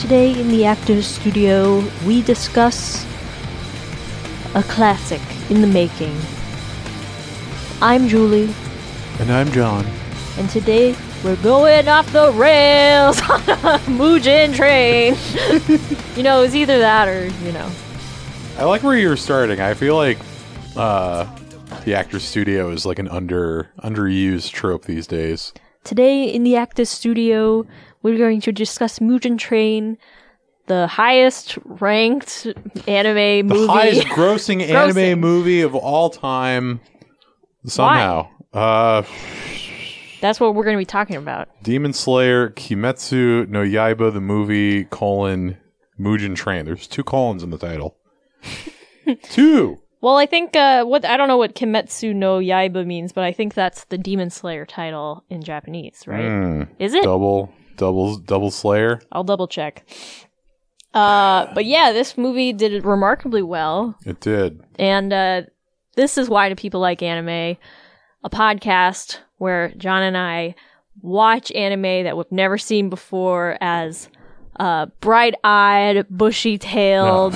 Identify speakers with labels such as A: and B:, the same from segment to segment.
A: the Actors Studio, we discuss a classic in the making. I'm Julie,
B: And I'm John.
A: and today we're going off the rails on a Mujin train. you know, it's either that or, you know.
B: I like where you're starting. I feel like uh, the actor's studio is like an under underused trope these days.
A: Today in the Actors Studio, we're going to discuss Mujin Train, the highest ranked anime
B: The
A: movie.
B: highest grossing
A: Grossing.
B: anime movie of all time. Somehow. Uh,
A: That's what we're going to be talking about.
B: Demon Slayer, Kimetsu no Yaiba, the movie, colon, Mugen Train. There's two colons in the title. two!
A: Well, I think uh, what I don't know what Kimetsu no Yaiba means, but I think that's the Demon Slayer title in Japanese, right?
B: Mm,
A: Is it?
B: double, double, double Slayer.
A: I'll double check. Uh, but yeah, this movie did remarkably well,
B: It did.
A: and uh, this is why do people like anime? A podcast where John and I watch anime that we've never seen before as uh, bright-eyed, bushy-tailed.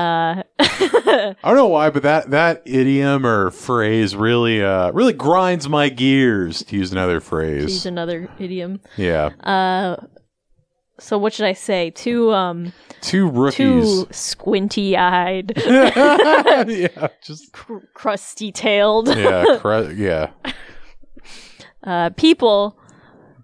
A: uh,
B: I don't know why, but that that idiom or phrase really uh really grinds my gears to use another
A: use
B: phrase.
A: another idiom.
B: Yeah.
A: Uh, so what should I say? Two um
B: Two rookies.
A: two squinty eyed,
B: yeah, just
A: cr- crusty tailed
B: yeah, cru- yeah.
A: uh, people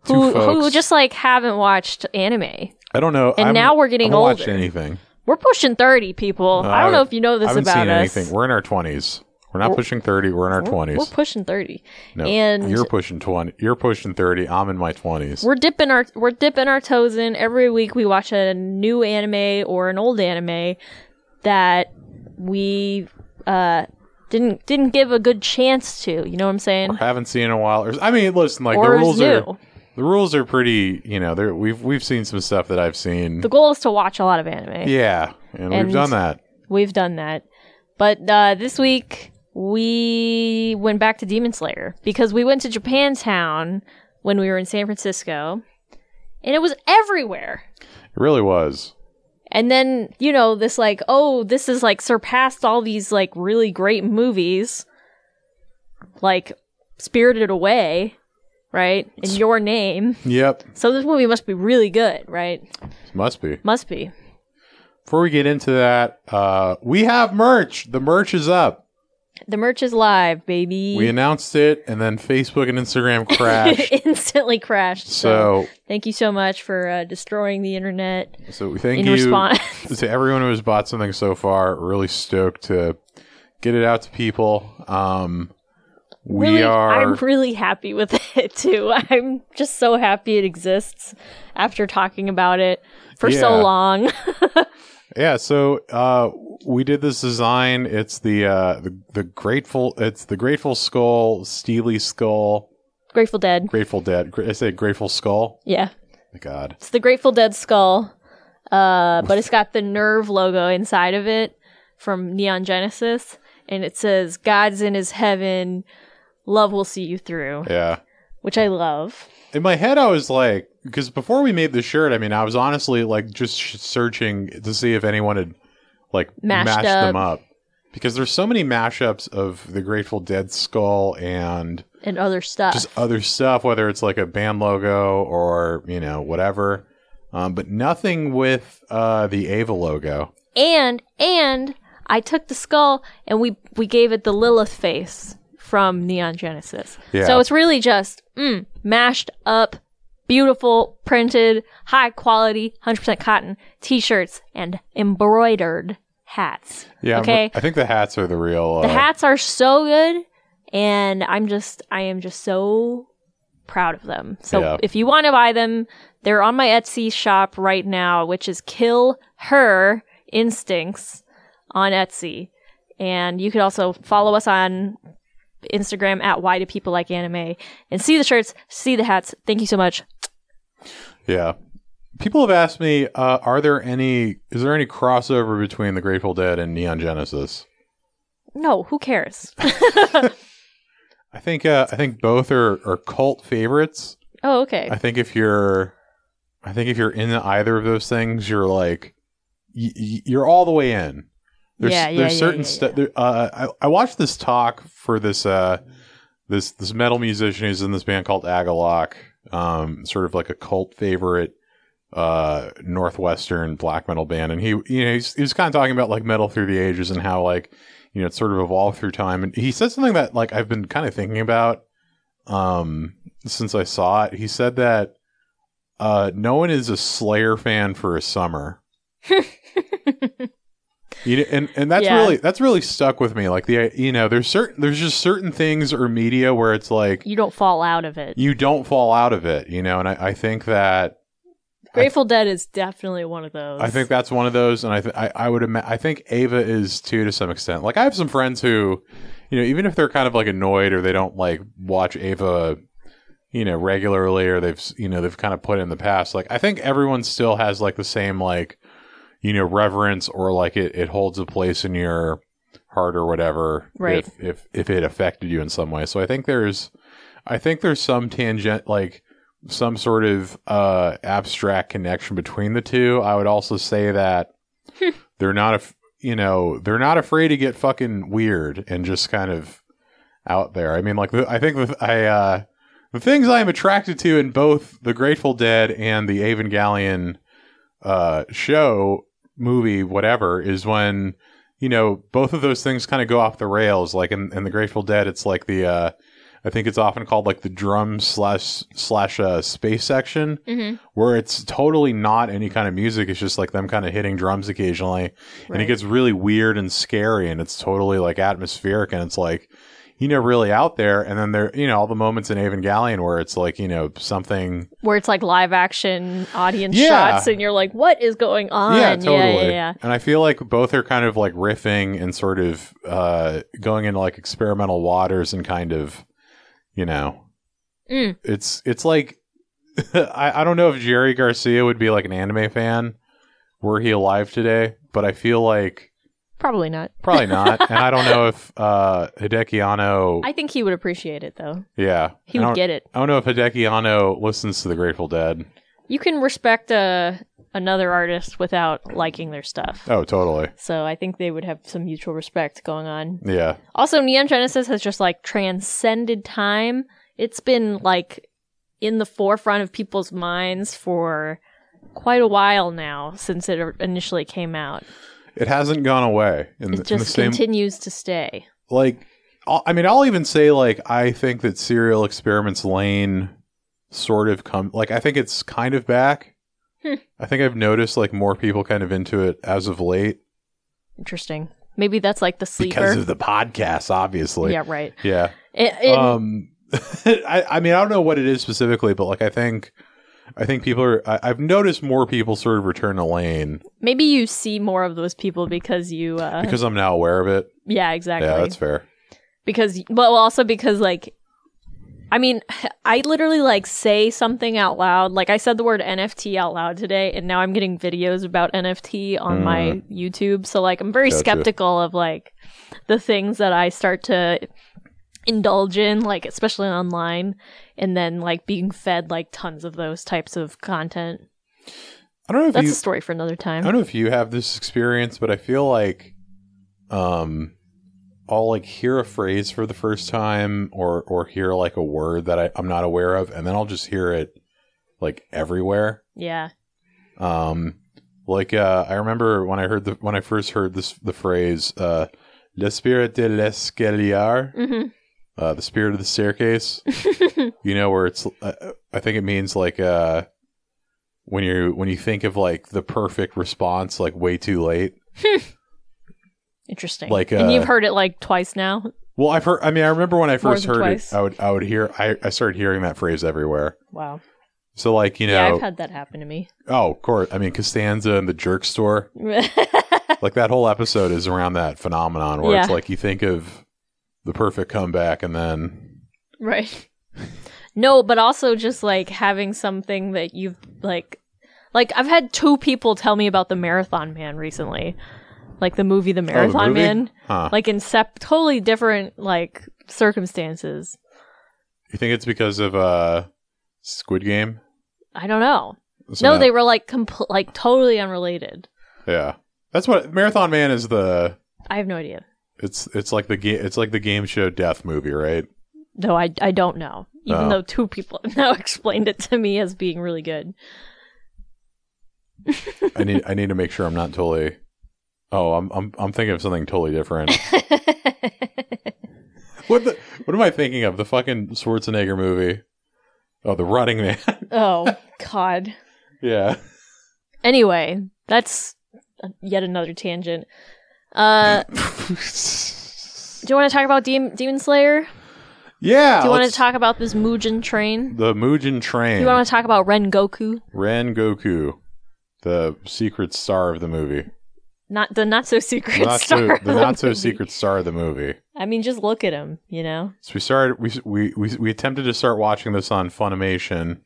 B: Two
A: who who
B: folks.
A: just like haven't watched anime.
B: I don't know.
A: And
B: I'm-
A: now we're getting
B: I haven't watched
A: older.
B: anything.
A: We're pushing thirty, people.
B: No,
A: I don't
B: I
A: know if you know
B: I
A: this
B: haven't
A: about
B: seen
A: us.
B: anything. We're in our twenties. We're not pushing thirty. We're in our
A: We're, we're
B: twenties.
A: pushing thirty,
B: No,
A: and
B: you're pushing twenty. You're pushing thirty. I'm in my twenties.
A: we're dipping our we're dipping our toes in every week. We watch a new anime or an old anime that we uh didn't didn't give a good chance to. You know what I'm saying?
B: Or haven't seen in a while. Or, I mean, listen, like
A: Or
B: the
A: is
B: rules
A: new.
B: are the rules are pretty. You know, they're, we've we've seen some stuff that I've seen.
A: the goal is to watch a lot of anime.
B: yeah, and
A: And-
B: we've done that.
A: We've done that. But uh, this week, we went back to Demon Slayer because we went to Japantown when we were in San Francisco and it was everywhere.
B: It really was.
A: And then, you know, this like, oh, this is like surpassed all these like really great movies like Spirited Away, right? In your name.
B: Yep.
A: So this movie must be really good, right?
B: Must be.
A: Must be.
B: Before we get into that, uh, we have merch. The merch is up.
A: The merch is live, baby.
B: We announced it, and then Facebook and Instagram crashed.
A: instantly crashed. So,
B: so,
A: thank you so much for uh, destroying the internet
B: so we thank
A: in
B: you
A: response.
B: to everyone who has bought something so far. We're Really stoked to get it out to people. Um, we
A: really,
B: are.
A: I'm really happy with it too. I'm just so happy it exists after talking about it for so
B: Yeah.
A: long.
B: Yeah, so uh, we did this design. It's the, uh, the the grateful. It's the grateful skull, steely skull,
A: Grateful Dead.
B: grateful dead. Gra- I say grateful skull.
A: Yeah.
B: God,
A: It's the Grateful Dead skull. Uh, but it's got the Nerve logo inside of it from Neon Genesis and it says God's in his heaven. Love will see you through,
B: yeah.
A: which I love.
B: In my head, I was like, because before we made the shirt, I mean, I was honestly like just sh- searching to see if anyone had like
A: Mashed
B: mashed, them up because there's so many mashups of the Grateful Dead skull and
A: And other stuff.
B: just other stuff, whether it's like a band logo or you know whatever, um, but nothing with uh, the Ava logo.
A: and and I took the skull and we we gave it the Lilith face from Neon Genesis.
B: Yeah.
A: So it's really just mm, mashed up, beautiful, printed, high quality, hundred percent cotton T-shirts and embroidered hats.
B: Yeah, I'm-
A: Okay.
B: I think the hats are the real.
A: The
B: uh,
A: hats are so good, and I'm just I am just so proud of them. So
B: Yeah.
A: if you want to buy them, they're on my Etsy shop right now, which is Kill Her Instincts on Etsy. And you could also follow us on Instagram at Why Do People Like Anime and see the shirts, see the hats. Thank you so much.
B: Yeah. People have asked me, uh, are there any is there any crossover between the Grateful Dead and Neon Genesis?
A: No, who cares?
B: I think uh, I think both are, are cult favorites.
A: oh, okay.
B: I think if you're I think if you're in either of those things, you're like, y- y- you're all the way in. There's,
A: Yeah, yeah,
B: there's
A: yeah,
B: certain
A: yeah,
B: stu- there- uh, I, I watched this talk for this uh, this this metal musician who's in this band called Agalock, um, sort of like a cult favorite uh, northwestern black metal band, and he you know he's, he was kind of talking about like metal through the ages and how like you know it's sort of evolved through time, and he said something that like I've been kind of thinking about um, since I saw it. He said that uh, no one is a Slayer fan for a summer. You know, and and that's
A: Yeah.
B: really that's really stuck with me. Like the you know there's certain there's just certain things or media where it's like
A: you don't fall out of it.
B: you don't fall out of it. You know, and I, I think that
A: Grateful Dead is definitely one of those.
B: I think that's one of those, and I th- I, I would ima- I think Ava is too to some extent. Like I have some friends who, you know, even if they're kind of like annoyed or they don't like watch Ava, you know, regularly or they've s- you know they've kind of put it in the past. Like I think everyone still has like the same like, you know, reverence or like it it holds a place in your heart or whatever.
A: Right.
B: If if if it affected you in some way, so I think there's, I think there's some tangent like some sort of uh, abstract connection between the two. I would also say that they're not, af- you know, they're not afraid to get fucking weird and just kind of out there. I mean, like the, I think the, I uh, the things I am attracted to in both the Grateful Dead and the Evangelion uh, show movie, whatever, is when you know both of those things kind of go off the rails. Like in, in the Grateful Dead, it's like the uh, I think it's often called like the drum slash slash uh, space section,
A: Mhm.
B: where it's totally not any kind of music. It's just like them kind of hitting drums occasionally, and it
A: Right.
B: gets really weird and scary, and it's totally like atmospheric, and it's like you know really out there. And then there, you know, all the moments in Evangelion where it's like you know something
A: where it's like live action audience
B: Yeah.
A: shots, and you're like, "What is going on?"
B: Yeah, totally.
A: yeah, yeah, yeah.
B: And I feel like both are kind of like riffing and sort of uh, going into like experimental waters and kind of, you know,
A: Mm.
B: it's it's like I, I don't know if Jerry Garcia would be like an anime fan were he alive today, but I feel like
A: Probably not.
B: probably not. and I don't know if uh, Hideki Anno,
A: I think he would appreciate it though.
B: yeah,
A: He
B: I don't,
A: would get it.
B: I don't know if Hideki Anno listens to the Grateful Dead.
A: You can respect uh, another artist without liking their stuff.
B: Oh, totally.
A: So I think they would have some mutual respect going on.
B: Yeah,
A: Also, Neon Genesis has just like transcended time. It's been like in the forefront of people's minds for quite a while now since it initially came out.
B: it hasn't gone away in, the,
A: It
B: in the
A: just
B: same
A: continues to stay.
B: like I'll- I mean, I'll even say like I think that Serial Experiments Lane sort of come like I think it's kind of back.
A: Hmm.
B: I think I've noticed like more people kind of into it as of late
A: Interesting. Maybe that's like the sleeper.
B: because of the podcast, obviously.
A: yeah, right.
B: Yeah.
A: I- in-
B: um, I, I mean, I don't know what it is specifically, but like I think. I think people are. I, I've noticed more people sort of return to Lane
A: maybe you see more of those people because you. Uh,
B: because I'm now aware of it.
A: yeah, exactly.
B: Yeah, that's fair.
A: because but also because like i mean i literally like say something out loud like i said the word nft out loud today and now i'm getting videos about nft on my youtube so like i'm very
B: Mm. Gotcha.
A: skeptical of like the things that i start to indulge in like especially online and then like being fed like tons of those types of content
B: I don't know if
A: that's
B: you,
A: a story for another time
B: I don't know if you have this experience, but I feel like um I'll like hear a phrase for the first time or or hear like a word that I, I'm not aware of, and then I'll just hear it like everywhere.
A: yeah
B: Um like uh I remember when I heard the when I first heard this the phrase uh Le spirit de l'escalier
A: hmm
B: uh, the spirit of the staircase. you know where it's. Uh, I think it means like uh, when you when you think of like the perfect response, like way too late.
A: interesting
B: Like,
A: and you've
B: uh,
A: heard it like twice now
B: Well, I've heard. I mean, I remember when I
A: More
B: first
A: than
B: heard
A: twice.
B: it, I would I would hear. I, I started hearing that phrase everywhere.
A: wow
B: So like you know,
A: yeah i've had that happen to me
B: oh, of course. I mean, Costanza and the jerk store. Like that whole episode is around that phenomenon where it's
A: Yeah.
B: like you think of the perfect comeback and then
A: Right. No, but also just like having something that you've like like I've had two people tell me about the Marathon Man recently. Like the movie The
B: oh, the
A: Marathon
B: movie?
A: Man.
B: Huh.
A: Like in sep- totally different like circumstances.
B: you think it's because of uh, Squid Game?
A: I don't know.
B: So
A: no,
B: now-
A: they were like compl- like totally unrelated.
B: Yeah, that's what Marathon Man is. The
A: I have no idea.
B: it's it's like the game it's like the game show death movie, right?
A: No, I, I don't know. Even
B: Oh.
A: though two people have now explained it to me as being really good.
B: I need I need to make sure I'm not totally. Oh, I'm I'm I'm thinking of something totally different. what the, what am I thinking of? The fucking Schwarzenegger movie. Oh, The Running Man.
A: oh God.
B: yeah.
A: Anyway, that's yet another tangent. Uh, do you want to talk about Dem- Demon Slayer?
B: yeah.
A: Do you want
B: Ah, let's-
A: to talk about this Mugen train?
B: the Mugen
A: Do
B: Train?
A: you want to talk about Ren Goku?
B: Ren Goku, the secret star of the movie.
A: Not the not so secret
B: Not so,
A: star.
B: the not so secret star of the movie.
A: I mean, just look at him. You know.
B: So we started we we we, we attempted to start watching this on Funimation,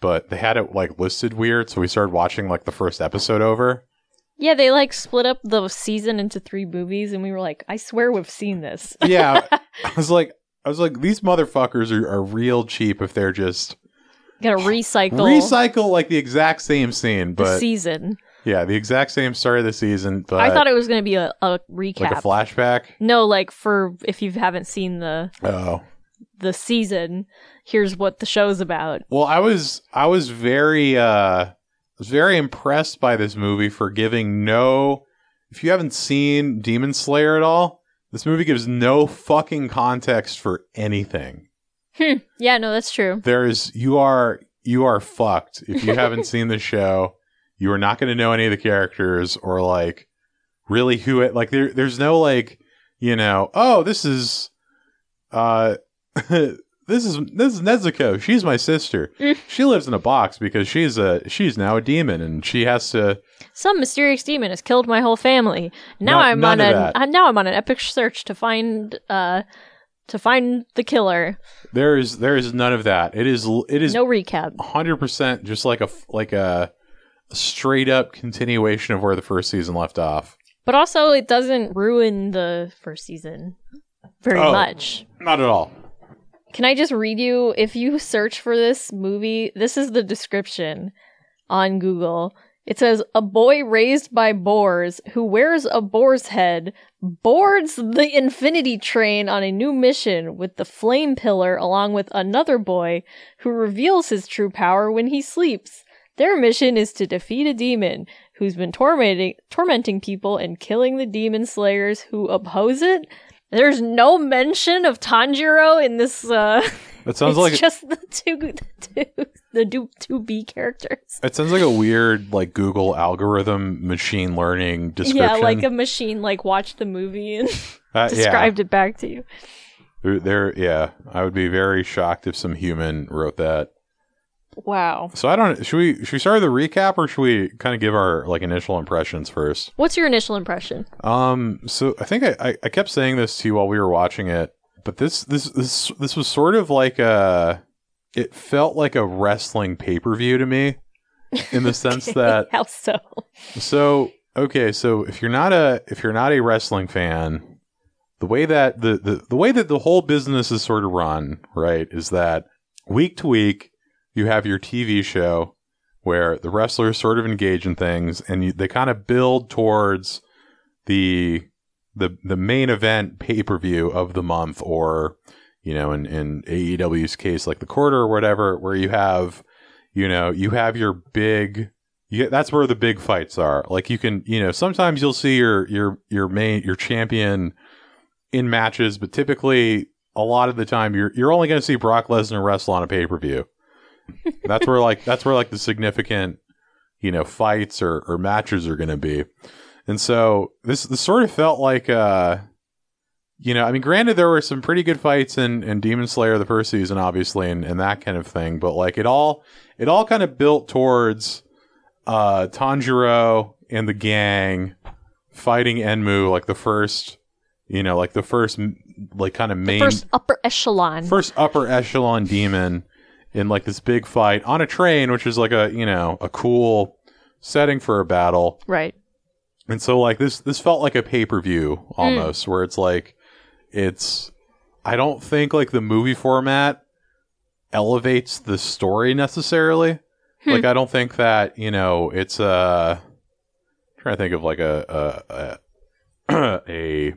B: but they had it like listed weird, so we started watching like the first episode over.
A: Yeah, they like split up the season into three movies, and we were like, I swear we've seen this.
B: Yeah. I was like I was like these motherfuckers are, are real cheap if they're just
A: Gonna recycle,
B: recycle like the exact same scene,
A: the
B: but
A: season.
B: yeah, the exact same start of the season, but
A: I thought it was gonna be a, a recap.
B: like a flashback.
A: No, like for if you haven't seen the
B: Oh.
A: the season, here's what the show's about.
B: Well, I was I was very uh was very impressed by this movie for giving no if you haven't seen Demon Slayer at all, this movie gives no fucking context for anything.
A: Yeah, no, that's true.
B: There is you are you are fucked if you haven't seen the show. You are not going to know any of the characters or like really who it like there there's no like, you know, oh, this is uh this is this is Nezuko. She's my sister.
A: Mm.
B: she lives in a box because she's a she's now a demon and she has to
A: Some mysterious demon has killed my whole family. Now
B: No-
A: I'm
B: none
A: on
B: of
A: an
B: that.
A: uh, now I'm on an epic search to find uh to find the killer.
B: there is there is none of that. It is l- it is
A: No recap.
B: 100% just like a f- like a straight up continuation of where the first season left off.
A: But also it doesn't ruin the first season very
B: Oh.
A: much.
B: Not at all.
A: Can I just read you if you search for this movie, this is the description on Google. It says a boy raised by boars who wears a boar's head boards the infinity train on a new mission with the flame pillar along with another boy who reveals his true power when he sleeps. Their mission is to defeat a demon who's been tormenting tormenting people and killing the demon slayers who oppose it. There's no mention of Tanjiro in this uh
B: That sounds
A: it's
B: like
A: just the two, the two, the two, two B characters.
B: it sounds like a weird like Google algorithm machine learning description.
A: Yeah, like um, a machine like watched the movie and
B: Uh,
A: described it back to you.
B: Yeah. There yeah, I would be very shocked if some human wrote that.
A: Wow.
B: So I don't should we should we start with a recap or should we kind of give our like initial impressions first?
A: What's your initial impression?
B: Um, so I think I, I, I kept saying this to you while we were watching it, but this this this this was sort of like a it felt like a wrestling pay per view to me, in the sense that
A: How so?
B: so okay, so if you're not a if you're not a wrestling fan, the way that the, the the way that the whole business is sort of run, right, is that week to week you have your TV show where the wrestlers sort of engage in things and you, they kind of build towards the the the main event pay-per-view of the month or you know in in AEW's case like the quarter or whatever where you have you know you have your big you, that's where the big fights are. Like you can, you know, sometimes you'll see your your your main your champion in matches, but typically a lot of the time you're you're only going to see Brock Lesnar wrestle on a pay per view. that's where like that's where like the significant you know fights or or matches are going to be, and so this this sort of felt like uh you know I mean granted there were some pretty good fights in in Demon Slayer the first season obviously and and that kind of thing, but like it all it all kind of built towards uh, Tanjiro and the gang fighting Enmu, like the first, you know, like the first, m- like kind of main,
A: First upper echelon.
B: first upper echelon demon in like this big fight on a train, which is like a, you know, a cool setting for a battle.
A: right.
B: And so like this this felt like a pay-per-view almost where it's like it's I don't think like the movie format elevates the story necessarily.
A: Hmm.
B: Like I don't think that you know it's uh I'm trying to think of like a a a, a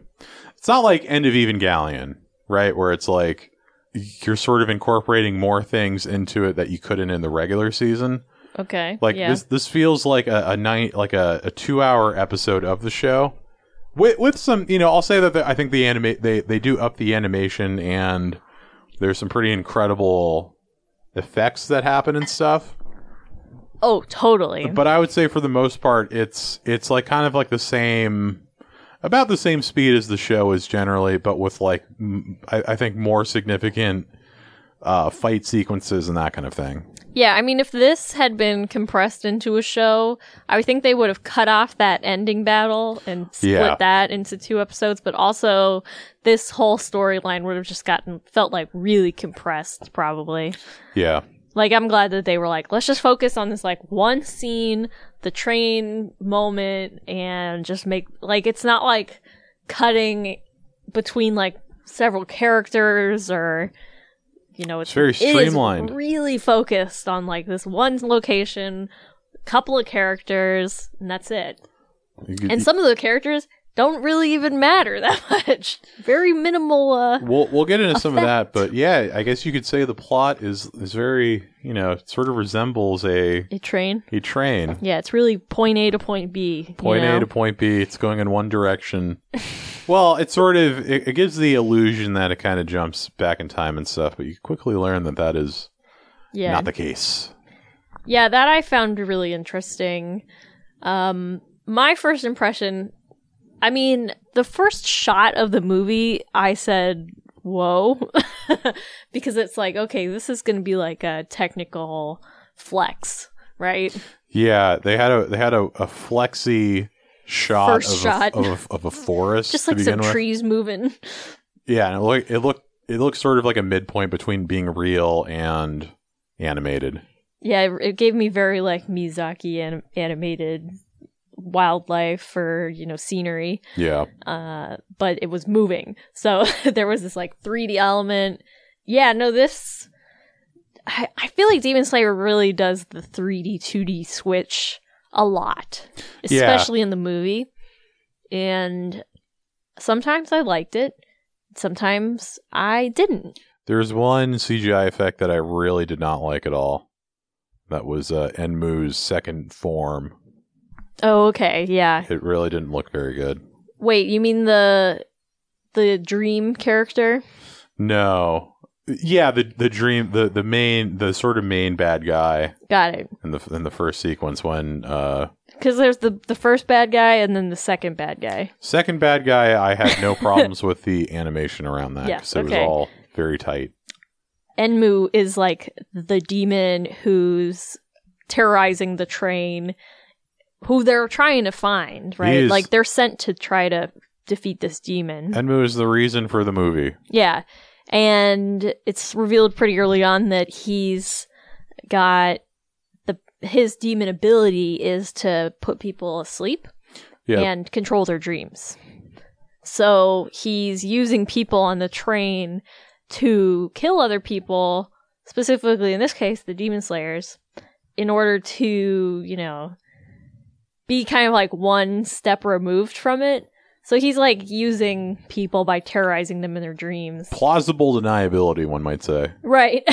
B: it's not like end of even galleon right where it's like you're sort of incorporating more things into it that you couldn't in the regular season
A: Okay.
B: like
A: yeah.
B: this this feels like a, a night like a, a two hour episode of the show with with some you know i'll say that the, i think the anime they they do up the animation and there's some pretty incredible effects that happen and stuff
A: oh, totally.
B: but I would say for the most part, it's it's like kind of like the same, about the same speed as the show is generally, but with like m- I, I think more significant uh, fight sequences and that kind of thing.
A: yeah, I mean, if this had been compressed into a show, I would think they would have cut off that ending battle and split
B: Yeah.
A: that into two episodes. But also, this whole storyline would have just gotten felt like really compressed, probably.
B: Yeah,
A: Like, I'm glad that they were like, let's just focus on this like one scene, the train moment, and just make like it's not like cutting between like several characters or you know, it's,
B: It's very
A: it is
B: streamlined.
A: really focused on like this one location, couple of characters, and that's it.
B: You could-
A: And some of the characters don't really even matter that much. Very minimal. Uh,
B: we'll we'll get into some of that,
A: effect.
B: but yeah, I guess you could say the plot is is very you know it sort of resembles a
A: a train.
B: a train.
A: Yeah, it's really point A to point B. you
B: Point
A: know?
B: A to point B. It's going in one direction. well, it sort of it, it gives the illusion that it kind of jumps back in time and stuff, but you quickly learn that that is
A: yeah.
B: not the case.
A: Yeah, that I found really interesting. Um, my first impression, I mean, the first shot of the movie, I said, whoa, because it's like, okay, this is going to be like a technical flex, right?
B: Yeah, they had a they had a, a flexy shot,
A: First
B: of,
A: shot.
B: A, of, a, of a forest,
A: Just
B: to
A: like some
B: begin with.
A: trees moving.
B: Yeah, and it looked it looked it looked sort of like a midpoint between being real and animated.
A: Yeah, it, it gave me very like Miyazaki anim- animated wildlife or, you know, scenery.
B: Yeah,
A: uh, but it was moving. So there was this like 3D element. Yeah, no, this. I, I feel like Demon Slayer really does the 3D, 2D switch a lot,
B: Yeah.
A: especially in the movie. And sometimes I liked it, sometimes I didn't.
B: there's one CGI effect that I really did not like at all. That was uh, Enmu's second form.
A: Oh, okay. Yeah.
B: It really didn't look very good.
A: Wait, you mean the the dream character?
B: No. Yeah, the the dream the the main the sort of main bad guy
A: Got it.
B: in the in the first sequence when uh
A: Because there's the the first bad guy and then the second bad guy.
B: second bad guy I had no problems with the animation around that
A: Yeah,
B: because it was
A: okay.
B: all very tight.
A: Enmu is like the demon who's terrorizing the train, who they're trying to find, right?
B: is-
A: Like they're sent to try to defeat this demon.
B: Enmu is the reason for the movie.
A: yeah. And it's revealed pretty early on that he's got the his demon ability is to put people asleep
B: Yeah.
A: and control their dreams. So he's using people on the train to kill other people, specifically in this case, the Demon Slayers, in order to, you know, be kind of like one step removed from it. So he's like using people by terrorizing them in their dreams.
B: Plausible deniability, one might say.
A: Right.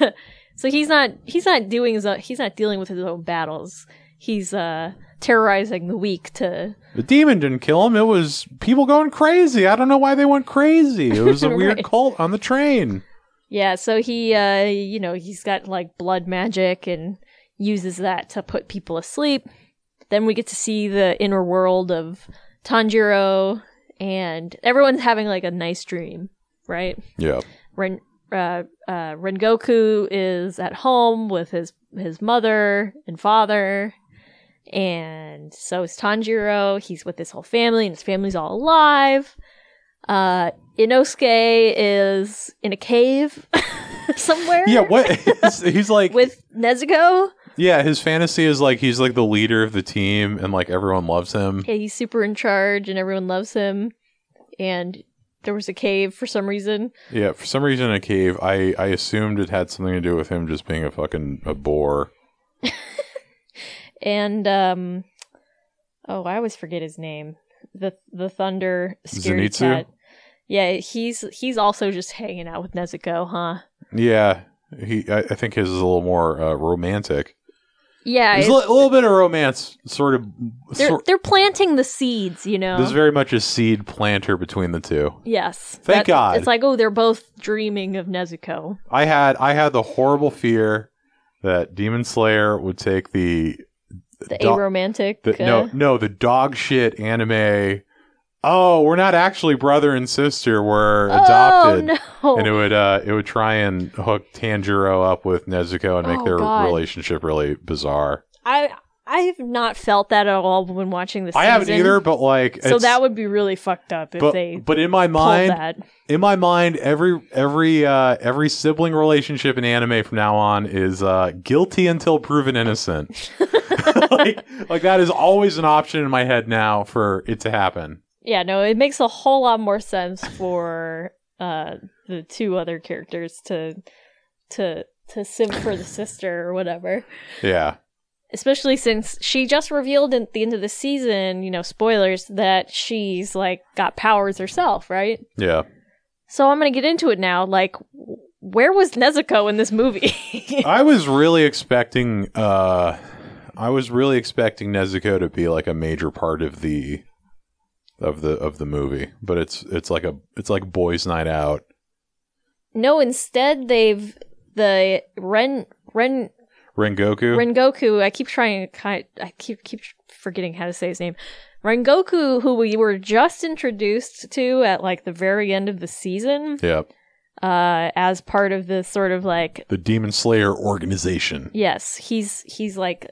A: so he's not he's not doing his own, he's not dealing with his own battles. He's uh terrorizing the weak to
B: The demon didn't kill him. It was people going crazy. I don't know why they went crazy. It was a weird
A: Right.
B: cult on the train.
A: Yeah, so he uh you know, he's got like blood magic and uses that to put people asleep. Then we get to see the inner world of Tanjiro and everyone's having like a nice dream, right?
B: Yeah.
A: Ren uh, uh Rengoku is at home with his his mother and father. And so is Tanjiro. He's with his whole family, and his family's all alive. Uh, Inosuke is in a cave somewhere.
B: Yeah, what he's like
A: With Nezuko.
B: Yeah, his fantasy is like he's like the leader of the team and like everyone loves him.
A: Yeah, he's super in charge, and everyone loves him. And there was a cave for some reason.
B: Yeah, for some reason in a cave, I I assumed it had something to do with him just being a fucking a bore.
A: and um, oh, I always forget his name. The the Thunder scary
B: Zenitsu?
A: cat. Yeah, he's he's also just hanging out with Nezuko, huh?
B: Yeah, he. I, I think his is a little more uh, romantic.
A: Yeah,
B: There's a li-
A: it's-
B: a little bit of romance, sort of.
A: they're
B: Sort,
A: they're planting the seeds, you know.
B: there's very much a seed planter between the two.
A: yes,
B: Thank God.
A: It's like oh, they're both dreaming of Nezuko.
B: I had I had the horrible fear that Demon Slayer would take the
A: The
B: Do-
A: aromantic.
B: the,
A: uh,
B: no no the dog shit anime. Oh, we're not actually brother and sister. We're adopted.
A: Oh no!
B: And it would uh, it would try and hook Tanjiro up with Nezuko and make
A: Oh,
B: their
A: God.
B: relationship really bizarre.
A: I I have not felt that at all when watching this.
B: I haven't
A: season.
B: either, but like
A: So that would be really fucked up if
B: but,
A: they
B: but in my
A: pulled
B: mind,
A: that.
B: in my mind, every every uh, every sibling relationship in anime from now on is uh, guilty until proven innocent. like, like that is always an option in my head now for it to happen.
A: Yeah, no, it makes a whole lot more sense for uh the two other characters to to to simp for the sister or whatever.
B: Yeah,
A: Especially since she just revealed at the end of the season, you know, spoilers, that she's like got powers herself, right?
B: yeah.
A: So I'm gonna get into it now. Like, w- where was Nezuko in this movie?
B: I was really expecting. Uh, I was really expecting Nezuko to be like a major part of the of the of the movie, but it's it's like a it's like boys' night out.
A: no, instead they've the Ren Ren
B: Rengoku.
A: Rengoku, I keep trying to kind I keep keep forgetting how to say his name. Rengoku, who we were just introduced to at like the very end of the season,
B: yeah,
A: uh, as part of the sort of like
B: the Demon Slayer organization.
A: yes, he's he's like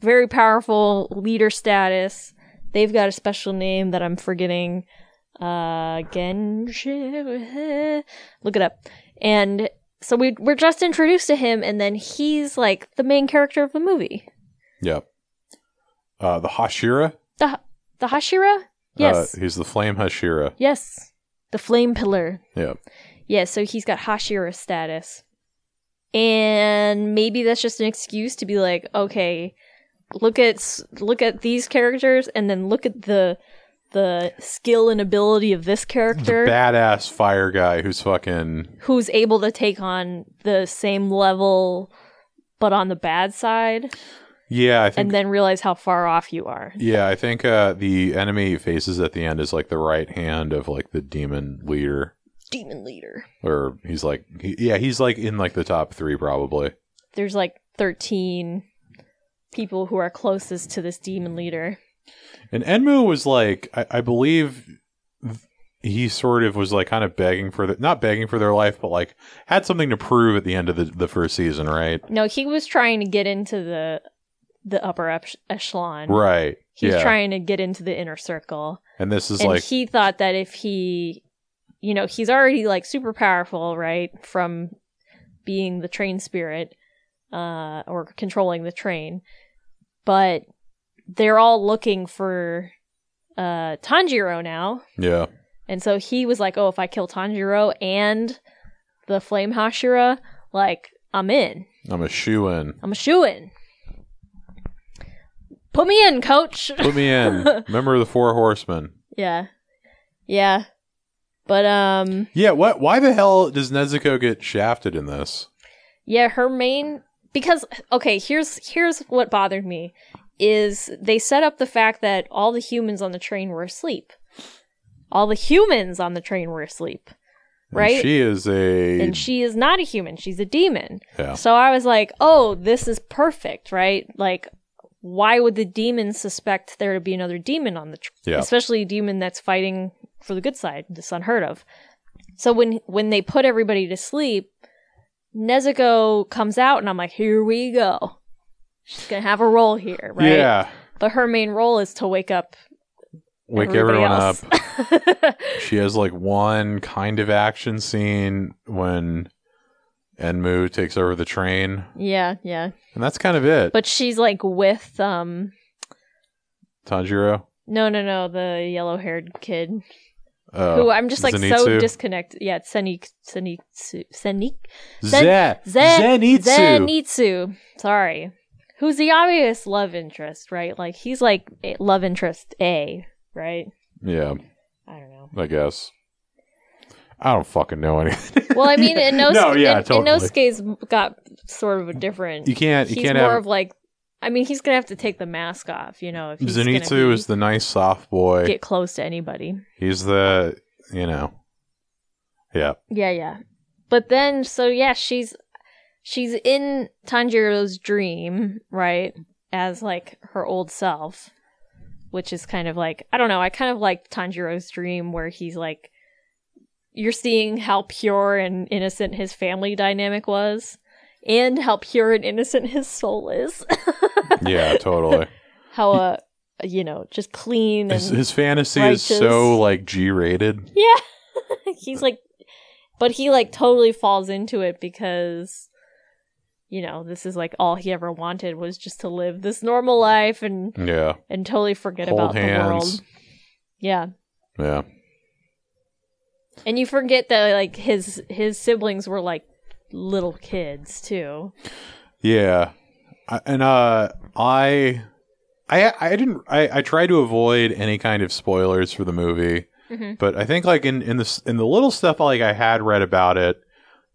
A: very powerful leader status. They've got a special name that I'm forgetting. Uh, Genji. Look it up. And so we we're just introduced to him, and then he's like the main character of the movie.
B: Yeah. Uh, the Hashira.
A: The the Hashira? Yes.
B: Uh, he's the Flame Hashira.
A: yes. The flame pillar.
B: Yeah.
A: Yeah, so he's got Hashira status. And maybe that's just an excuse to be like, okay, look at s- look at these characters and then look at the the skill and ability of this
B: The
A: character
B: badass fire guy who's fucking.
A: who's able to take on the same level but on the bad side
B: Yeah, I think.
A: and then realize how far off you are.
B: yeah, I think uh, the enemy he faces at the end is like the right hand of like the demon leader,
A: Demon leader.
B: or he's like, he, yeah, he's like in like the top three probably.
A: there's like 13 people who are closest to this demon leader.
B: And Enmu was like, I, I believe th- he sort of was like kind of begging for the not begging for their life, but like had something to prove at the end of the, the first season, right?
A: No, he was trying to get into the the upper ep- echelon.
B: Right.
A: He's
B: yeah.
A: trying to get into the inner circle.
B: and this is
A: and
B: like
A: he thought that if he you know, he's already like super powerful, right? From being the train spirit uh or controlling the train. But they're all looking for uh Tanjiro now.
B: yeah.
A: And so he was like, "Oh, if I kill Tanjiro and the Flame Hashira, like I'm in.
B: I'm a shoe in.
A: I'm a shoo in. Put me in, coach."
B: Put me in. Member of the Four Horsemen.
A: yeah, yeah. But um,
B: Yeah, what why the hell does Nezuko get shafted in this?
A: yeah, her main because okay, here's here's what bothered me is they set up the fact that all the humans on the train were asleep. All the humans on the train were asleep,
B: And
A: Right?
B: She is a
A: and she is not a human; she's a demon.
B: yeah.
A: So I was like, oh, this is perfect, right? Like, why would the demon suspect there to be another demon on the tr
B: Yeah.
A: Especially a demon that's fighting for the good side. This unheard of. So when when they put everybody to sleep, Nezuko comes out, and I'm like, here we go. She's gonna have a role here, right?
B: Yeah.
A: But her main role is to wake up.
B: Wake
A: everybody
B: everyone
A: else.
B: up. She has like one kind of action scene when Enmu takes over the train.
A: yeah, yeah.
B: And that's kind of it.
A: But she's like with um.
B: Tanjiro.
A: No, no, no. The yellow-haired kid.
B: Uh,
A: who I'm just like so
B: Zenitsu.
A: disconnected. Yeah, it's Senik Senitsu Senik
B: Zen-
A: Zen-
B: Zenitsu.
A: Zenitsu. Sorry, who's the obvious love interest, right? Like he's like a- love interest A, right?
B: Yeah,
A: I don't know.
B: I guess. I don't fucking know anything.
A: Well, I mean, Inosuke,
B: No, yeah,
A: In-
B: totally.
A: Inosuke's got sort of a different.
B: You can't. You
A: he's
B: can't
A: more
B: have
A: of like, I mean, he's gonna have to take the mask off, you know. If he's gonna
B: Zenitsu
A: be-
B: is the nice soft boy.
A: get close to anybody.
B: He's the you know. Yeah.
A: Yeah, yeah. But then, so yeah, she's she's in Tanjiro's dream, right? As like her old self, which is kind of like I don't know. I kind of like Tanjiro's dream where he's like you're seeing how pure and innocent his family dynamic was, and how pure and innocent his soul is.
B: Yeah. Totally.
A: how uh, you know, just clean and
B: his, his fantasy is so
A: righteous.
B: like G rated.
A: Yeah. He's like but he like totally falls into it because you know, this is like all he ever wanted was just to live this normal life and
B: Yeah.
A: and totally forget
B: Hold
A: about the
B: hands.
A: world. Yeah.
B: Yeah.
A: And you forget that like his his siblings were like little kids too.
B: Yeah, I, and uh, I, I, I didn't. I, I tried to avoid any kind of spoilers for the movie,
A: Mhm.
B: but I think like in in the s- in the little stuff like I had read about it,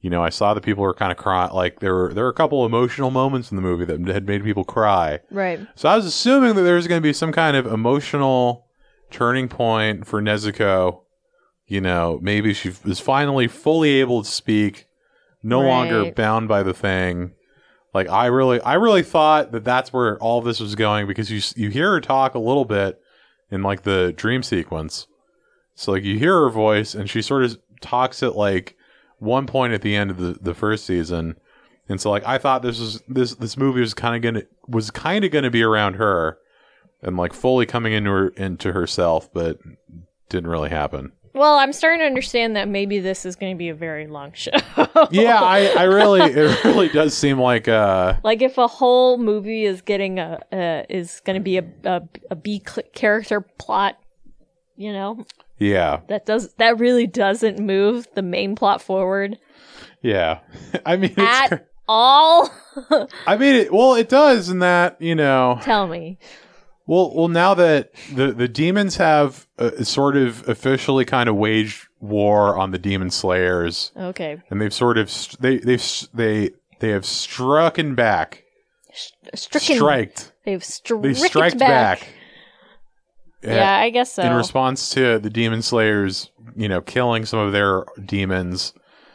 B: you know, I saw that people were kind of crying. Like there were there were a couple emotional moments in the movie that had made people cry.
A: Right.
B: So I was assuming that there was going to be some kind of emotional turning point for Nezuko. You know, maybe she is finally fully able to speak, no
A: Right.
B: longer bound by the thing. Like I really, I really thought that that's where all this was going because you s- you hear her talk a little bit in like the dream sequence. So like you hear her voice and she sort of talks at like one point at the end of the, the first season. And so like I thought this was this this movie was kind of gonna was kind of gonna be around her and like fully coming into her into herself, but didn't really happen.
A: Well, I'm starting to understand that maybe this is going to be a very long show.
B: Yeah, I, I really it really does seem like uh
A: like if a whole movie is getting a uh, is going to be a a, a B cl- character plot, you know
B: yeah
A: that does that really doesn't move the main plot forward
B: yeah. I mean it's,
A: At- all.
B: I mean it, well it does in that you know
A: Tell me,
B: Well, well, now that the the demons have uh, sort of officially kind of waged war on the demon slayers,
A: okay,
B: and they've sort of st- they they've s- they they have struck and back,
A: stricken.
B: striked,
A: They've stricken
B: they striked
A: back.
B: back.
A: Yeah,
B: Yeah,
A: I guess so.
B: in response to the demon slayers, you know, killing some of their demons.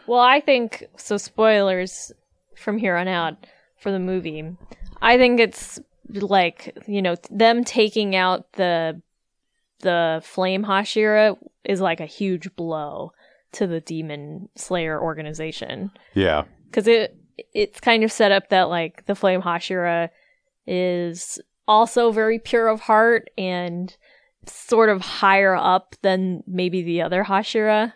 A: Well, I think so. Spoilers from here on out for the movie. I think it's like you know them taking out the the flame Hashira is like a huge blow to the demon slayer organization
B: Yeah,
A: because it it's kind of set up that like the flame Hashira is also very pure of heart and sort of higher up than maybe the other Hashira.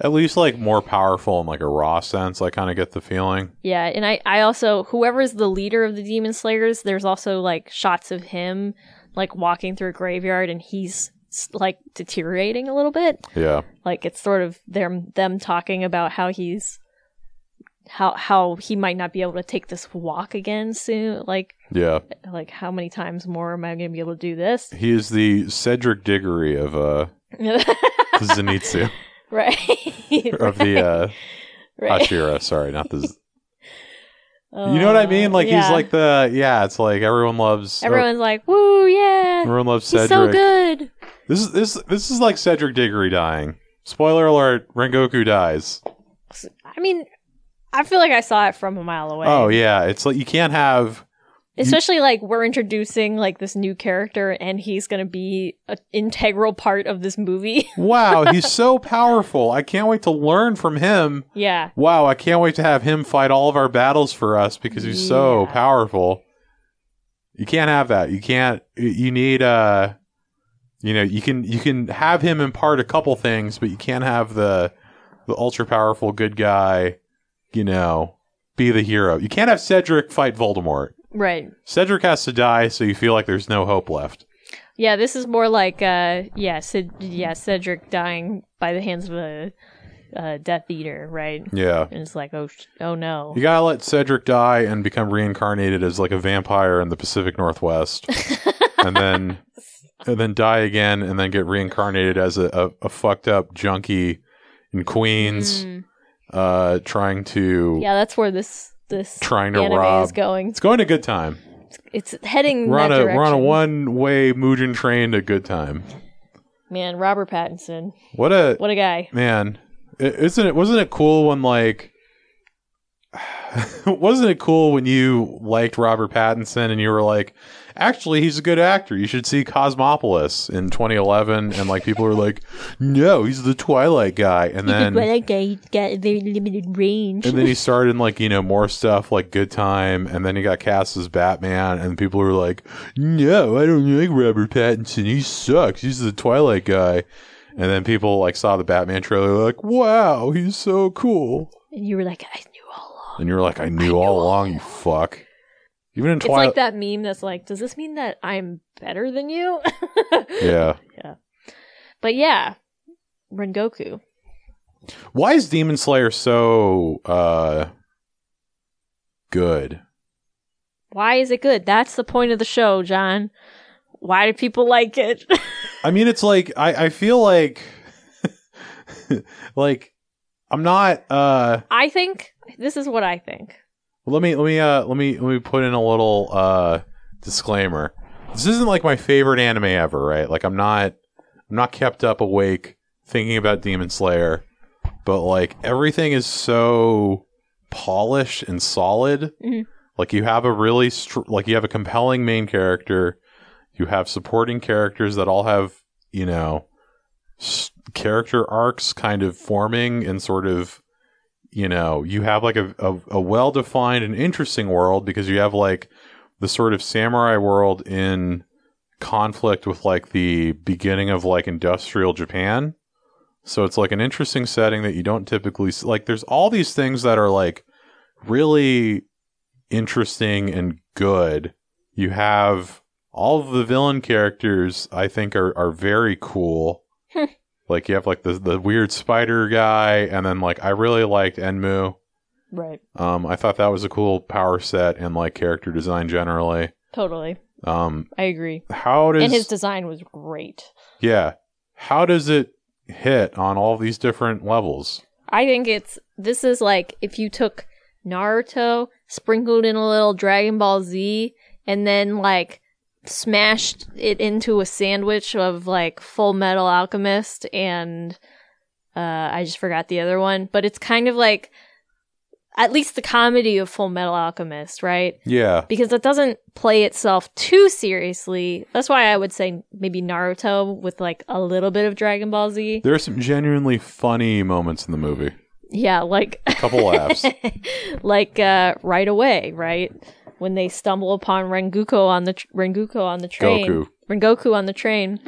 B: at least like more powerful in like a raw sense. I kind of get the feeling.
A: Yeah, and I, I also whoever's the leader of the Demon Slayers, there's also like shots of him like walking through a graveyard and he's s- like deteriorating a little bit.
B: Yeah,
A: Like it's sort of them them talking about how he's how how he might not be able to take this walk again soon. Like
B: yeah.
A: like how many times more am I going to be able to do this?
B: He is the Cedric Diggory of uh Zenitsu
A: right.
B: of the uh
A: right.
B: Ashira, sorry, not the. You know what I mean? Like he's
A: yeah.
B: like the yeah. It's like everyone loves uh,
A: everyone's like, "Woo, yeah."
B: Everyone loves
A: He's so
B: Cedric.
A: good.
B: This is this this is like Cedric Diggory dying. Spoiler alert: Rengoku dies.
A: I mean, I feel like I saw it from a mile away.
B: Oh yeah, it's like you can't have
A: especially like we're introducing like this new character and he's gonna be an integral part of this movie
B: wow. he's so powerful. I can't wait to learn from him.
A: yeah
B: Wow, I can't wait to have him fight all of our battles for us because he's so
A: Yeah.
B: powerful. You can't have that. You can't you need uh you know, you can you can have him impart a couple things, but you can't have the the ultra powerful good guy, you know, be the hero. You can't have Cedric fight Voldemort.
A: right
B: Cedric has to die so you feel like there's no hope left.
A: yeah this is more like uh yeah, Ced- yeah cedric dying by the hands of a uh, Death Eater, right?
B: Yeah.
A: And it's like, oh, sh- oh no.
B: You gotta let Cedric die and become reincarnated as like a vampire in the Pacific Northwest, and then and then die again, and then get reincarnated as a, a, a fucked up junkie in Queens,
A: Mm.
B: uh, trying to
A: Yeah, that's where this this
B: trying to
A: anime
B: rob.
A: is going.
B: It's going a good time.
A: It's heading
B: We're on
A: that
B: a
A: direction.
B: we're on a one way Mugen train to good time.
A: Man, Robert Pattinson,
B: What a
A: what a guy.
B: man I- isn't it wasn't it cool when like wasn't it cool when you liked robert pattinson and you were like actually he's a good actor you should see cosmopolis in 2011 and like people were like no he's the twilight guy and then
A: guy got a very limited range.
B: and then he started in like you know more stuff like good time and then he got cast as batman and people were like no i don't like robert pattinson he sucks he's the twilight guy and then people like saw the batman trailer like wow he's so cool
A: And you were like, I knew all along.
B: and you were like i knew, all along you fuck even in
A: It's like
B: twilight
A: that meme that's like, does this mean that I'm better than you?
B: yeah
A: But yeah, Rengoku.
B: why is demon slayer so uh good
A: Why is it good? That's the point of the show, John. Why do people like it?
B: I mean, it's like I, I feel like like I'm not. uh
A: I think this is what I think.
B: Let me let me uh let me let me put in a little uh disclaimer. This isn't like my favorite anime ever, right? Like I'm not I'm not kept up awake thinking about Demon Slayer, but like everything is so polished and solid.
A: Mhm.
B: Like you have a really str- like you have a compelling main character, you have supporting characters that all have, you know, s- character arcs kind of forming and sort of you know, you have like a, a, a well defined and interesting world because you have like the sort of samurai world in conflict with like the beginning of like industrial Japan. So it's like an interesting setting that you don't typically s like. There's all these things that are like really interesting and good. You have all of the villain characters, I think, are, are very cool. like you have like the the weird spider guy, and then like I really liked Enmu.
A: Right.
B: Um, I thought that was a cool power set and like character design generally.
A: Totally.
B: Um,
A: I agree.
B: how does
A: and his design was great.
B: yeah? How does it hit on all these different levels?
A: I think it's this is like if you took Naruto, sprinkled in a little Dragon Ball Z, and then like smashed it into a sandwich of like Full Metal Alchemist and uh, I just forgot the other one, but it's kind of like at least the comedy of Full Metal Alchemist, right?
B: Yeah,
A: because it doesn't play itself too seriously. That's why I would say maybe Naruto with like a little bit of Dragon Ball Z.
B: there are some genuinely funny moments in the movie.
A: Yeah, like
B: A couple laughs.
A: like uh, right away, right when they stumble upon Rengoku on the tr- Rengoku on the train,
B: Goku.
A: Rengoku on the train,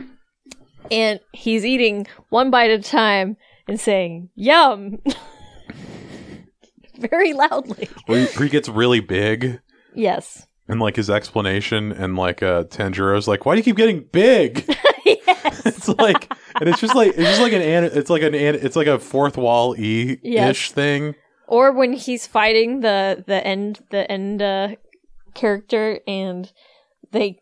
A: and he's eating one bite at a time and saying "yum" very loudly.
B: Where he, where he gets really big
A: Yes.
B: and like his explanation and like uh Tanjiro's like, why do you keep getting big?
A: yes.
B: it's like and it's just like it's just like an an it's like an an it's like a fourth wall e ish
A: Yes.
B: thing.
A: or when he's fighting the the end the end uh, character and they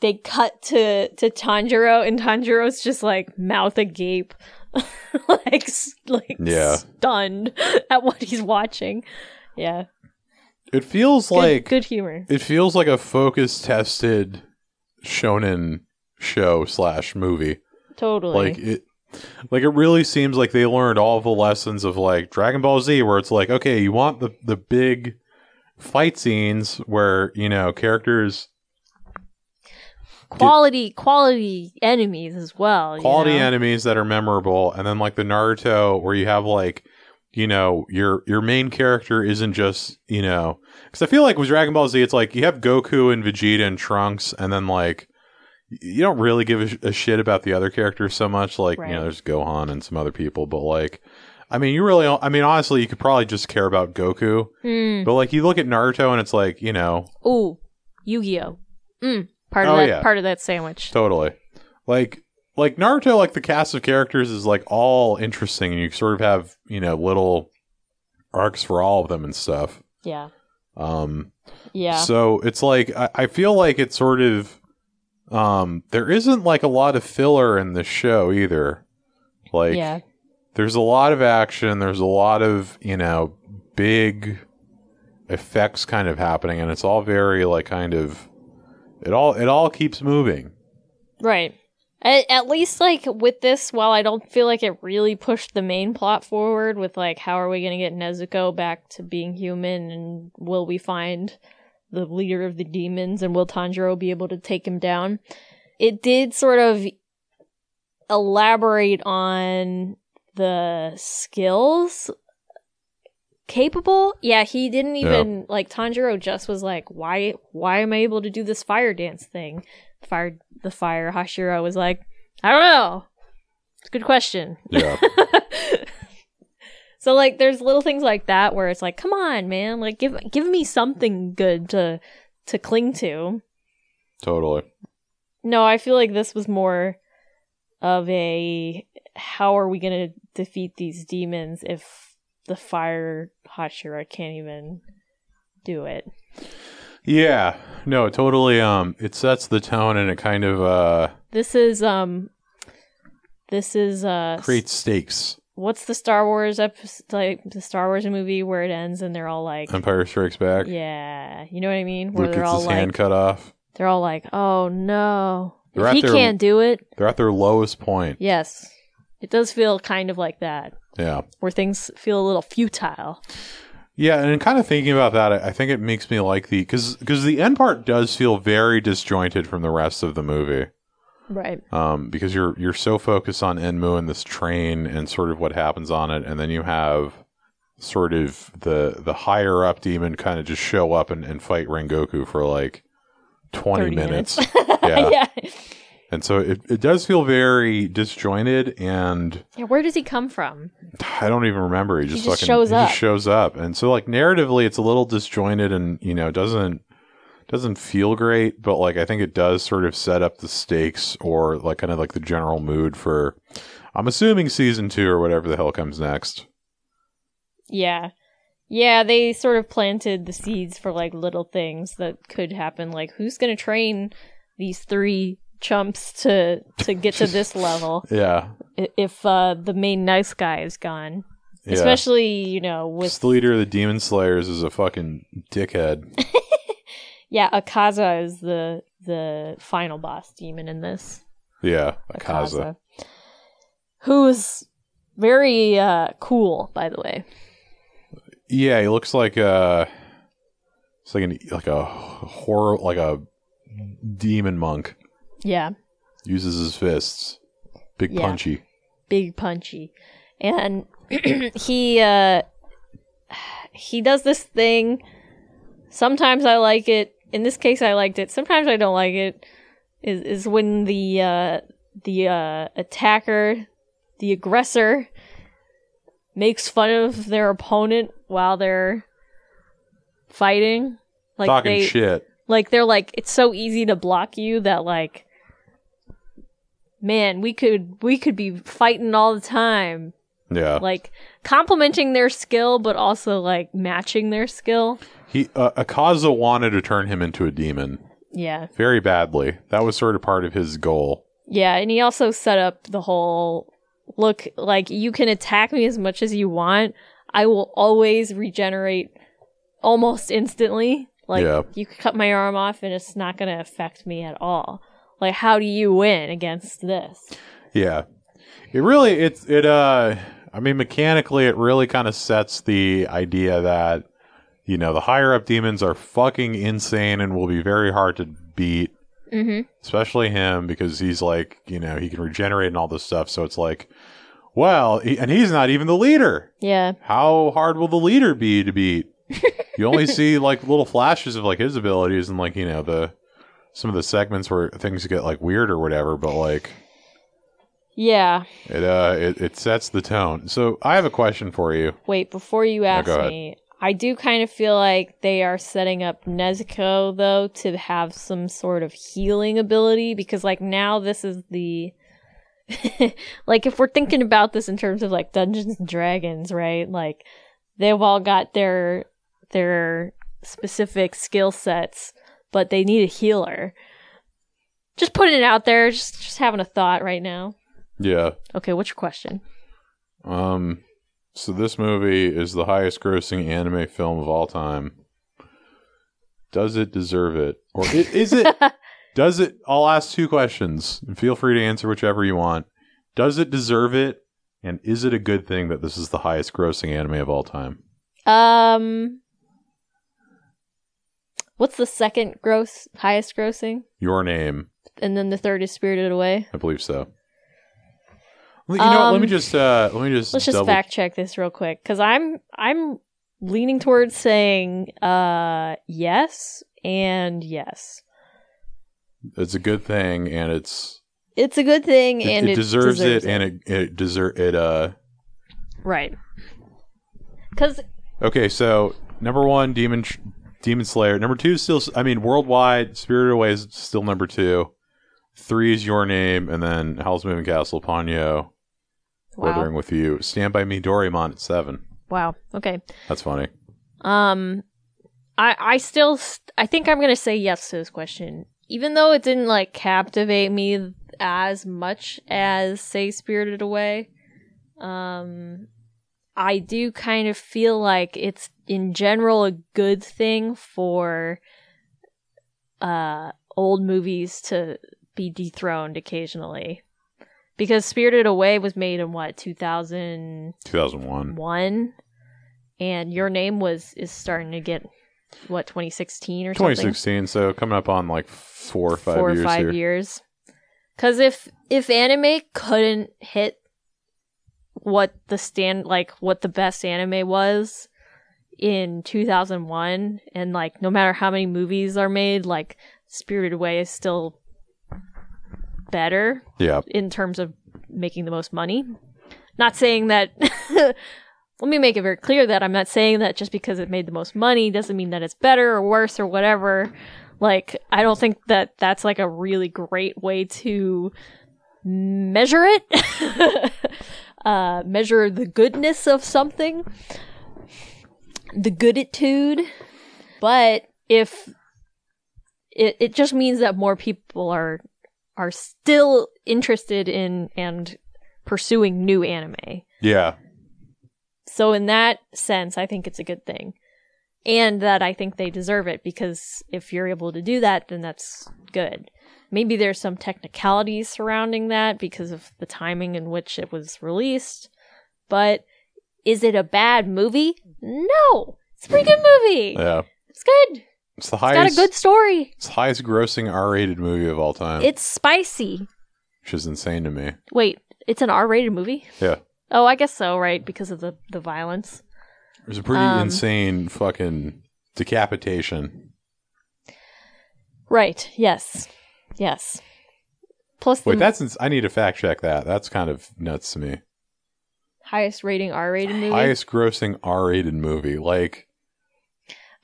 A: they cut to to Tanjiro and Tanjiro's just like mouth agape like s- like
B: Yeah.
A: stunned at what he's watching yeah
B: It feels
A: good,
B: like
A: good humor
B: it feels like a focus tested shonen show slash movie.
A: totally
B: Like it like it really seems like they learned all the lessons of like Dragon Ball Z where it's like, okay, you want the the big fight scenes where, you know, characters
A: quality quality enemies as well you
B: quality
A: know?
B: enemies that are memorable and then like the naruto where you have like you know your your main character isn't just you know because i feel like with dragon ball z it's like you have goku and vegeta and trunks and then like y- you don't really give a, sh- a shit about the other characters so much like you
A: Right.
B: know there's gohan and some other people but like i mean you really don't- i mean honestly you could probably just care about goku
A: mm.
B: but like you look at naruto and it's like you know
A: ooh Hmm. Yu-Gi-Oh mm. part of
B: Oh,
A: that
B: yeah.
A: part of that sandwich
B: Totally. Like like Naruto, like the cast of characters is like all interesting, and you sort of have you know little arcs for all of them and stuff.
A: Yeah.
B: Um,
A: Yeah.
B: So it's like I, I feel like it's sort of um there isn't like a lot of filler in the show either. Like
A: yeah.
B: there's a lot of action, there's a lot of, you know, big effects kind of happening and it's all very like kind of it all it all keeps moving.
A: Right. At, at least like with this, while I don't feel like it really pushed the main plot forward with like how are we gonna get Nezuko back to being human and will we find the leader of the demons and will Tanjiro be able to take him down? It did sort of elaborate on the skills capable. Yeah, he didn't
B: Yeah.
A: even like Tanjiro just was like, Why why am I able to do this fire dance thing? Fire the fire Hashira was like, I don't know. It's a good question.
B: Yeah.
A: so like there's little things like that where it's like, come on, man, like give give me something good to to cling to.
B: totally.
A: No, I feel like this was more of a how are we gonna defeat these demons if the fire Hashira can't even do it.
B: Yeah. No, it totally um it sets the tone and it kind of uh
A: This is um this is uh s-
B: creates stakes.
A: what's the Star Wars up like the Star Wars movie where it ends and they're all like
B: Empire Strikes Back.
A: Yeah. You know what I mean? Where
B: Luke
A: they're
B: gets
A: all
B: his
A: like
B: hand cut off.
A: they're all like, Oh no.
B: They're
A: if
B: at
A: he
B: their-
A: can't do it,
B: They're at their lowest point.
A: yes. It does feel kind of like that.
B: yeah.
A: Where things feel a little futile.
B: Yeah, and kind of thinking about that, I I think it makes me like the because because the end part does feel very disjointed from the rest of the movie.
A: Right.
B: Um, because you're you're so focused on Enmu and this train and sort of what happens on it, and then you have sort of the the higher up demon kind of just show up and, and fight Rengoku for like twenty
A: 30
B: minutes.
A: minutes.
B: yeah.
A: yeah.
B: and so it, it does feel very disjointed and
A: Yeah, where does he come from?
B: I don't even remember. He just,
A: just
B: fucking
A: shows
B: he
A: up.
B: just shows up, and so like narratively, it's a little disjointed, and you know doesn't doesn't feel great. But like I think it does sort of set up the stakes or like kind of like the general mood for. I'm assuming season two or whatever the hell comes next.
A: Yeah. Yeah, they sort of planted the seeds for like little things that could happen. Like who's gonna train these three chumps to to get to this level
B: Yeah,
A: i- if uh the main nice guy is gone.
B: yeah.
A: Especially, you know, with
B: Just the leader of the Demon Slayers is a fucking dickhead.
A: Yeah, Akaza is the the final boss demon in this.
B: Yeah, Akaza.
A: Who's very uh cool, by the way.
B: Yeah, he looks like a. It's like an like a horror like a demon monk.
A: Yeah,
B: uses his fists. Big
A: Yeah.
B: punchy.
A: big punchy. And he uh he does this thing. Sometimes I like it. In this case I liked it. Sometimes I don't like it. Is is when the uh the uh attacker, the aggressor makes fun of their opponent while they're fighting. Like
B: Talking
A: they
B: shit.
A: like they're like it's so easy to block you that like man, we could we could be fighting all the time.
B: Yeah.
A: Like complimenting their skill but also like matching their skill.
B: He uh, Akaza wanted to turn him into a demon
A: Yeah.
B: very badly. That was sort of part of his goal.
A: Yeah, and he also set up the whole look like you can attack me as much as you want. I will always regenerate almost instantly. Like
B: Yeah.
A: you could cut my arm off and it's not going to affect me at all. Like how do you win against this?
B: Yeah. It really it's it uh I mean mechanically it really kind of sets the idea that you know the higher up demons are fucking insane and will be very hard to beat Mm-hmm.
A: Mhm.
B: especially him because he's like you know he can regenerate and all this stuff so it's like well he, and he's not even the leader
A: Yeah.
B: how hard will the leader be to beat? you only see like little flashes of like his abilities and like you know the some of the segments where things get like weird or whatever, but like
A: Yeah.
B: it uh it, it sets the tone. So I have a question for you.
A: Wait, before you ask
B: go ahead.
A: me, I do kind of feel like they are setting up Nezuko though to have some sort of healing ability because like now this is the like if we're thinking about this in terms of like Dungeons and Dragons, right? Like they've all got their their specific skill sets, but they need a healer. Just putting it out there, just just having a thought right now.
B: Yeah.
A: Okay, what's your question?
B: Um, so this movie is the highest grossing anime film of all time. Does it deserve it? Or i- is it? does it? I'll ask two questions. Feel free to answer whichever you want. Does it deserve it? And is it a good thing that this is the highest grossing anime of all time?
A: Um What's the second gross highest grossing?
B: Your name,
A: And then the third is Spirited Away.
B: I believe so. Well, You know, what, let me
A: Um,
B: just uh, let me just
A: Let's just
B: double-
A: fact check this real quick cuz I'm I'm leaning towards saying uh yes and yes.
B: It's a good thing, and it's
A: It's a good thing
B: it,
A: and
B: it
A: it,
B: deserves,
A: deserves
B: it, and it it deserve it. Uh,
A: Right. Cuz
B: Okay, so number one, Demon Demon Slayer. Number two, is still I mean, worldwide, Spirited Away is still number two. Three is Your Name, and then Howl's Moving Castle, Ponyo,
A: wow.
B: Withering with You, Stand by Me, Doraemon at seven.
A: Wow. Okay.
B: That's funny.
A: Um, I I still st- I think I'm gonna say yes to this question, even though it didn't like captivate me as much as say Spirited Away. Um, I do kind of feel like it's in general a good thing for uh old movies to be dethroned occasionally. Because Spirited Away was made in what, 2000
B: Two thousand one.
A: one, and your name was is starting to get what 2016 or
B: Twenty
A: something.
B: sixteen, so coming up on like four or five
A: four
B: years
A: or five
B: here.
A: years. Because if if anime couldn't hit what the stand like what the best anime was in 2001, and like no matter how many movies are made, like Spirited Away is still better
B: Yeah.
A: in terms of making the most money. Not saying that. let me make it very clear that I'm not saying that just because it made the most money doesn't mean that it's better or worse or whatever. Like, I don't think that that's like a really great way to measure it, uh, measure the goodness of something, the gooditude. But if it, it just means that more people are are still interested in and pursuing new anime.
B: Yeah.
A: So in that sense, I think it's a good thing. And that I think they deserve it because if you're able to do that, then that's good. Maybe there's some technicalities surrounding that because of the timing in which it was released. But is it a bad movie? No. It's a pretty good movie.
B: Yeah.
A: It's good.
B: It's the
A: It's got a
B: highest
A: good story.
B: it's the highest grossing R rated movie of all time.
A: It's spicy.
B: which is insane to me.
A: Wait, it's an R-rated movie?
B: Yeah.
A: Oh, I guess so, right? Because of the the violence.
B: There's a pretty
A: Um,
B: insane fucking decapitation.
A: Right. Yes. Yes. Plus the
B: Wait, that's ins- I need to fact check that. That's kind of nuts to me.
A: highest rating R-rated movie.
B: Highest grossing R-rated movie. Like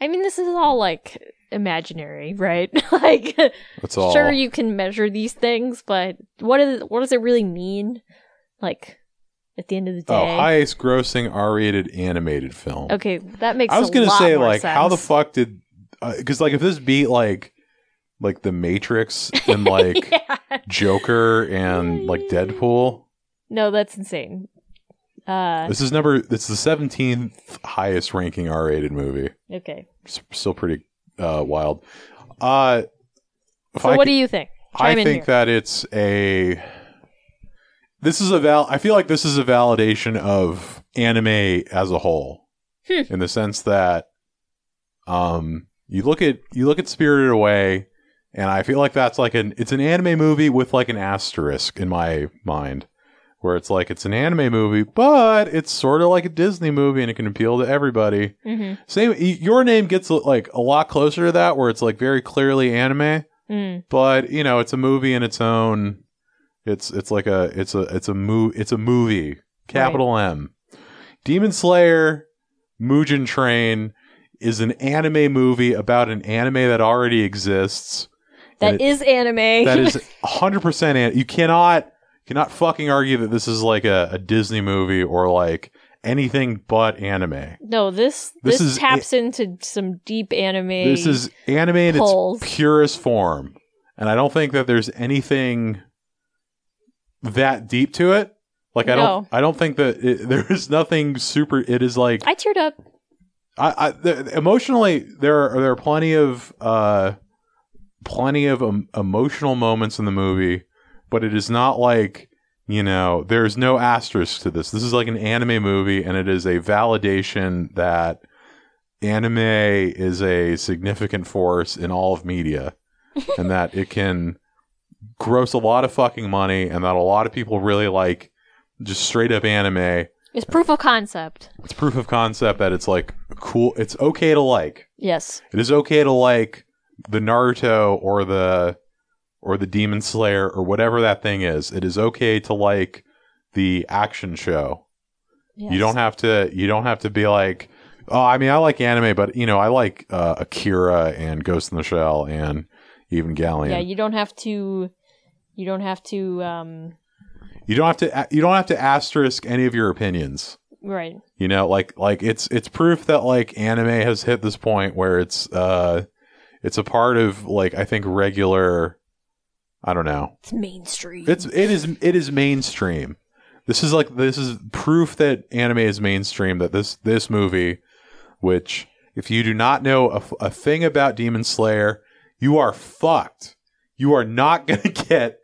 A: I mean, this is all like imaginary, right? like,
B: that's all.
A: sure you can measure these things, but what is what does it really mean? Like, at the end of the day.
B: oh, highest grossing R-rated animated film.
A: Okay, that makes.
B: I was
A: going
B: gonna
A: to
B: say like how the fuck did because like if this beat like like The Matrix and like
A: yeah.
B: Joker and like Deadpool.
A: No, that's insane. Uh,
B: This is number. It's the seventeenth highest ranking R-rated movie.
A: okay.
B: S- Still pretty uh, wild. Uh, if
A: So,
B: I
A: what
B: could-
A: do you think?
B: I
A: Chime in
B: think
A: here.
B: that it's a. This is a val. I feel like this is a validation of anime as a whole,
A: Hmm.
B: in the sense that, um, you look at you look at Spirited Away, and I feel like that's like an it's an anime movie with like an asterisk in my mind, where it's like it's an anime movie, but it's sort of like a Disney movie, and it can appeal to everybody.
A: Mm-hmm.
B: Same, y- your name gets like a lot closer to that, where it's like very clearly anime
A: Mm.
B: but you know it's a movie in its own it's it's like a it's a it's a mo- it's a movie capital m demon slayer mugen train is an anime movie about an anime that already exists
A: That
B: it-
A: is anime.
B: that is 100% an- you cannot cannot fucking argue that this is like a, a Disney movie or like anything but anime.
A: No, this
B: This
A: this,
B: is-
A: taps into some deep anime.
B: This is anime in
A: Pulls.
B: its purest form. And I don't think that there's anything that deep to it. Like I don't,
A: No.
B: I don't think that it, there is nothing super. It is like
A: I teared up.
B: I, I the, emotionally there are there are plenty of uh plenty of em- emotional moments in the movie but it is not like you know there's no asterisk to this this is like an anime movie and it is a validation that anime is a significant force in all of media and that it can gross a lot of fucking money and that a lot of people really like just straight up anime
A: It's proof of concept.
B: it's proof of concept that it's like cool it's okay to like
A: Yes.
B: it is okay to like the naruto or the or the demon slayer or whatever that thing is it is okay to like the action show
A: yes.
B: you don't have to you don't have to be like oh i mean i like anime but you know i like uh, akira and ghost in the shell and even galleon
A: Yeah, you don't have to. You don't have to. Um.
B: you don't have to you don't have to asterisk any of your opinions
A: Right.
B: you know like like it's it's proof that like anime has hit this point where it's uh it's a part of like i think regular i don't know
A: It's mainstream.
B: it's it is it is mainstream this is like this is proof that anime is mainstream that this this movie which if you do not know a, f- a thing about demon slayer you are fucked you are not going to get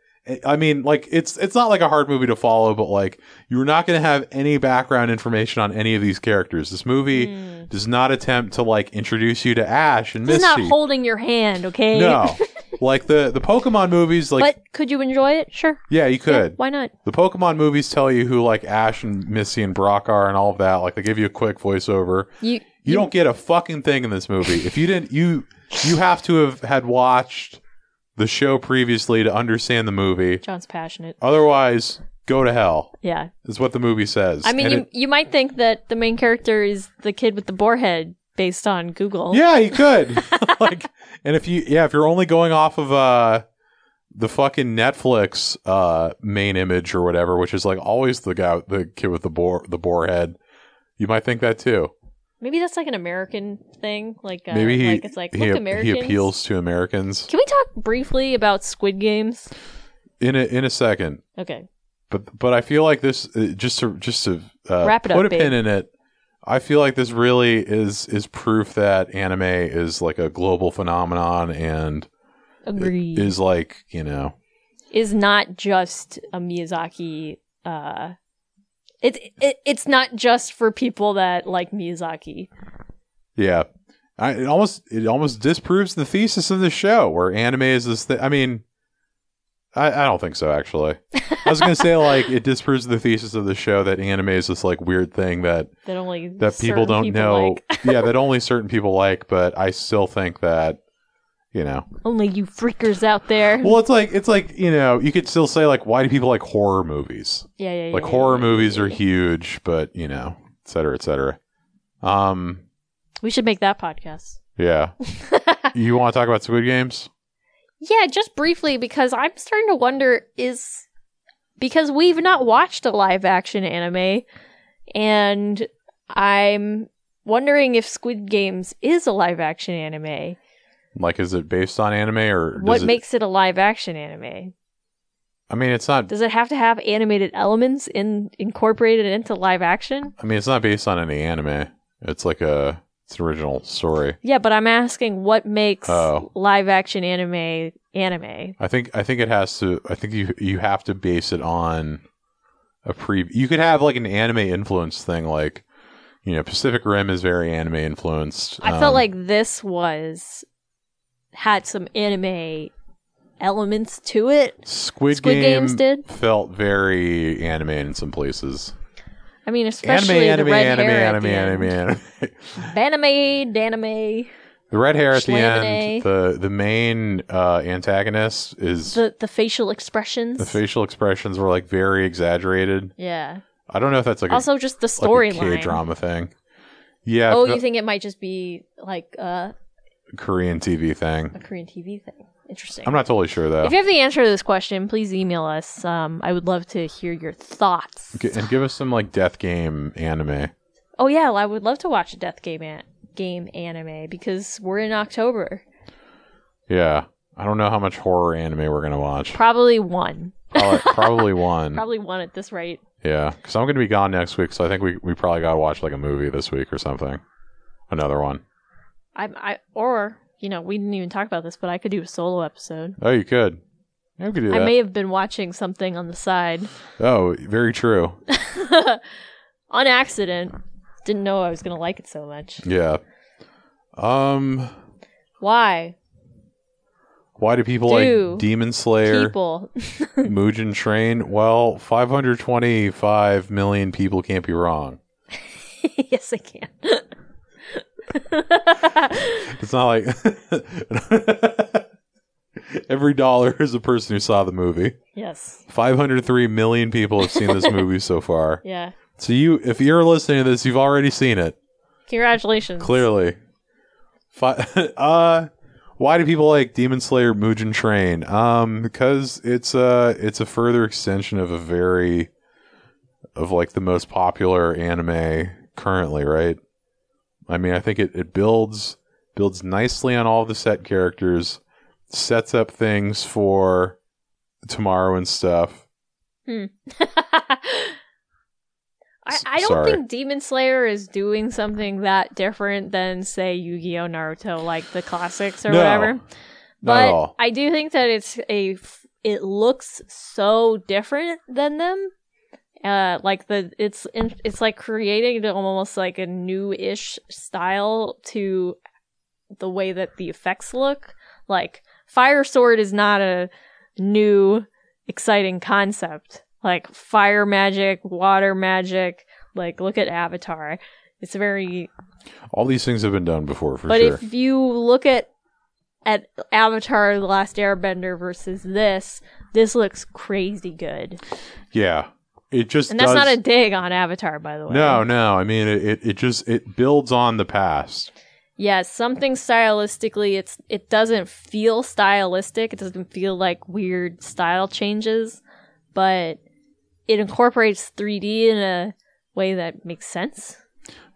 B: i mean like it's it's not like a hard movie to follow but like you're not going to have any background information on any of these characters this movie
A: Mm.
B: does not attempt to like introduce you to ash and
A: This is
B: misty
A: not holding your hand, okay?
B: no like the the pokemon movies like
A: but could you enjoy it? Sure.
B: yeah you
A: Yeah,
B: could
A: why not?
B: the Pokemon movies tell you who like Ash and Missy and Brock are and all of that. Like they give you a quick voiceover.
A: You.
B: You don't get a fucking thing in this movie. If you didn't, you you have to have had watched the show previously to understand the movie.
A: John's passionate.
B: Otherwise, go to hell.
A: Yeah.
B: Is what the movie says.
A: I mean,
B: And
A: you,
B: it-
A: you might think that the main character is the kid with the boar head based on Google.
B: yeah, you could. like, and if you, yeah, if you're only going off of uh the fucking Netflix uh main image or whatever, which is like always the guy, the kid with the boar, the boar head, you might think that too.
A: Maybe that's like an American thing. Like uh,
B: Maybe he,
A: like it's like
B: he,
A: look
B: he
A: Americans.
B: appeals to Americans
A: Can we talk briefly about Squid Games?
B: in a in a second.
A: Okay.
B: But but I feel like this uh, just to just to uh,
A: Wrap it up,
B: put a
A: babe.
B: pin in it. I feel like this really is is proof that anime is like a global phenomenon and
A: Agreed. Is,
B: is like you know
A: not just a Miyazaki uh it, it it's not just for people that like Miyazaki.
B: yeah. I, it almost it almost disproves the thesis of the show where anime is this thing. I mean, I, I don't think so actually. I was gonna say like it disproves the thesis of the show that anime is this like weird thing that
A: That only
B: that people
A: certain
B: don't know.
A: like.
B: yeah, that only certain people like, but I still think that you know.
A: Only you freakers out there.
B: Well, it's like it's like, you know, you could still say like why do people like horror movies?
A: yeah, yeah, yeah.
B: Like
A: yeah,
B: horror
A: yeah.
B: movies are huge, but you know, et cetera, et cetera. Um
A: We should make that podcast.
B: yeah. you want to talk about Squid Games?
A: Yeah, just briefly because I'm starting to wonder is because we've not watched a live action anime and I'm wondering if Squid Games is a live action anime.
B: Like is it based on anime or
A: What
B: does it-
A: makes it a live action anime?
B: I mean, it's not
A: Does it have to have animated elements in incorporated into live action?
B: I mean, it's not based on any anime. It's like a it's an original story.
A: Yeah, but I'm asking what makes
B: Oh.
A: live action anime anime.
B: I think I think it has to. I think you you have to base it on a pre. You could have like an anime influence thing, like you know, Pacific Rim is very anime influenced.
A: I felt
B: Um,
A: like this was had some anime elements to it.
B: Squid,
A: Squid
B: Game
A: Games did?
B: felt very anime in some places.
A: I mean, especially
B: anime,
A: the red
B: anime,
A: hair
B: anime, anime, anime,
A: anime, danime.
B: The red hair at the
A: Schlamine.
B: end. The the main uh, antagonist is
A: The the facial expressions.
B: the facial expressions were like very exaggerated.
A: yeah.
B: I don't know if that's like a-
A: also, just the
B: like a
A: storyline.
B: drama thing. Yeah,
A: oh,
B: the
A: you think it might just be like uh,
B: Korean TV thing.
A: a Korean TV thing? Interesting.
B: I'm not totally sure though.
A: if you have the answer to this question, please email us. Um, I would love to hear your thoughts.
B: G- and give us some like death game anime.
A: Oh yeah, I would love to watch a Death Game an- game anime because we're in October.
B: Yeah. I don't know how much horror anime we're gonna watch.
A: Probably one.
B: Probably, probably one.
A: Probably one at this rate.
B: Yeah, because I'm gonna be gone next week, so I think we we probably gotta watch like a movie this week or something. Another one.
A: I, I or you know we didn't even talk about this, but I could do a solo episode.
B: Oh, you could. Yeah, we could do
A: I
B: that.
A: may have been watching something on the side
B: oh, very true.
A: on accident. Didn't know I was gonna like it so much.
B: Yeah. Um.
A: Why
B: Why do people
A: Do
B: like Demon Slayer,
A: people?
B: Mugen Train? Well, 525 million people can't be wrong.
A: yes, I can.
B: It's not like every dollar is a person who saw the movie.
A: yes.
B: 503 million people have seen this movie so far.
A: Yeah.
B: So you, if you're listening to this, you've already seen it.
A: Congratulations.
B: Clearly. Fi- uh why do people like Demon Slayer Mugen Train? Um because it's a it's a further extension of a very of like the most popular anime currently, right? I mean, I think it, it builds builds nicely on all the set characters, sets up things for tomorrow and stuff.
A: I,
B: S-
A: I don't
B: sorry.
A: think Demon Slayer is doing something that different than, say, Yu Gi Oh! Naruto, like the classics or
B: No,
A: whatever.
B: Not
A: But
B: at all.
A: I do think that it's a. f- It looks so different than them. Uh, like the it's in, it's like creating the- almost like a new-ish style to the way that the effects look. Like fire sword is not a new exciting concept. Like fire magic, water magic. Like look at Avatar. It's very
B: All these things have been done before for
A: but
B: sure.
A: if you look at at Avatar: The Last Airbender versus this, this looks crazy good.
B: yeah. It just
A: And that's
B: does-
A: not a dig on Avatar, by the way.
B: No, no. I mean, it, it, it just it builds on the past.
A: Yeah, something stylistically, it's it doesn't feel stylistic. It doesn't feel like weird style changes, but it incorporates 3D in a way that makes sense.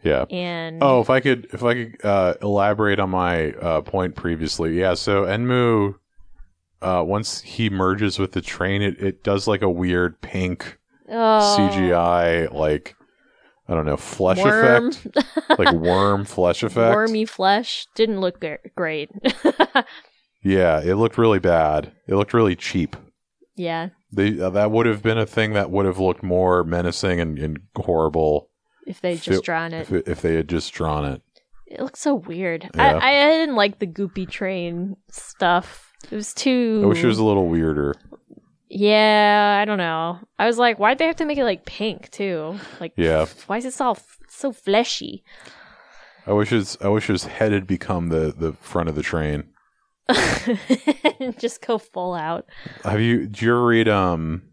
B: Yeah.
A: And
B: Oh, if I could, if I could uh, elaborate on my uh, point previously, yeah. So Enmu, uh, once he merges with the train, it, it does like a weird pink
A: Oh,
B: CGI, like I don't know, flesh
A: worm,
B: effect, like worm flesh effect.
A: wormy flesh didn't look gr- great.
B: Yeah, it looked really bad. It looked really cheap.
A: yeah.
B: They, uh, that would have been a thing that would have looked more menacing and, and horrible
A: if they
B: If
A: just
B: it-
A: drawn it.
B: if, it- if they had just drawn it.
A: It looks so weird.
B: Yeah.
A: I, I didn't like the goopy train stuff. It was too.
B: I wish it was a little weirder.
A: yeah, I don't know. I was like, why'd they have to make it like pink too? Like,
B: Yeah.
A: why is it all f- so fleshy?
B: I wish his I wish his head had become the the front of the train.
A: Just go full out.
B: Have you do you ever read um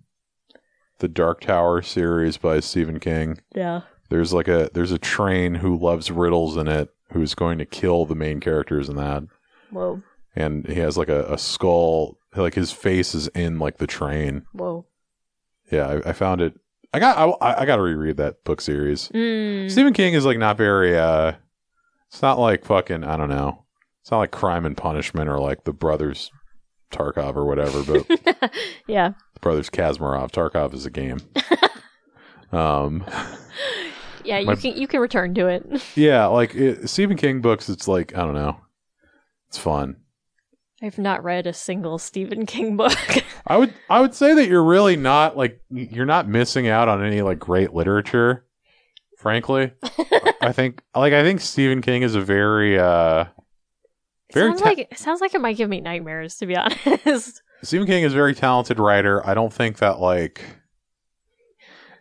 B: the Dark Tower series by Stephen King?
A: Yeah.
B: There's like a there's a train who loves riddles in it who's going to kill the main characters in that.
A: Whoa.
B: And he has like a, a skull like his face is in like the train.
A: Whoa.
B: Yeah, I, I found it I got I, I gotta reread that book series.
A: Mm.
B: Stephen King is like not very uh it's not like fucking I don't know. It's not like crime and punishment or like the brothers Tarkov or whatever, but the
A: yeah.
B: brothers Kazmarov. Tarkov is a game. um
A: Yeah. You
B: My-
A: can you can return to it.
B: yeah, like it, Stephen King books it's like I don't know. It's fun.
A: I've not read a single Stephen King book.
B: I would I would say that you're really not like you're not missing out on any like great literature, frankly. I think like I think Stephen King is a very uh Very
A: sounds
B: ta-
A: like it sounds like it might give me nightmares to be honest.
B: Stephen King is a very talented writer. I don't think that like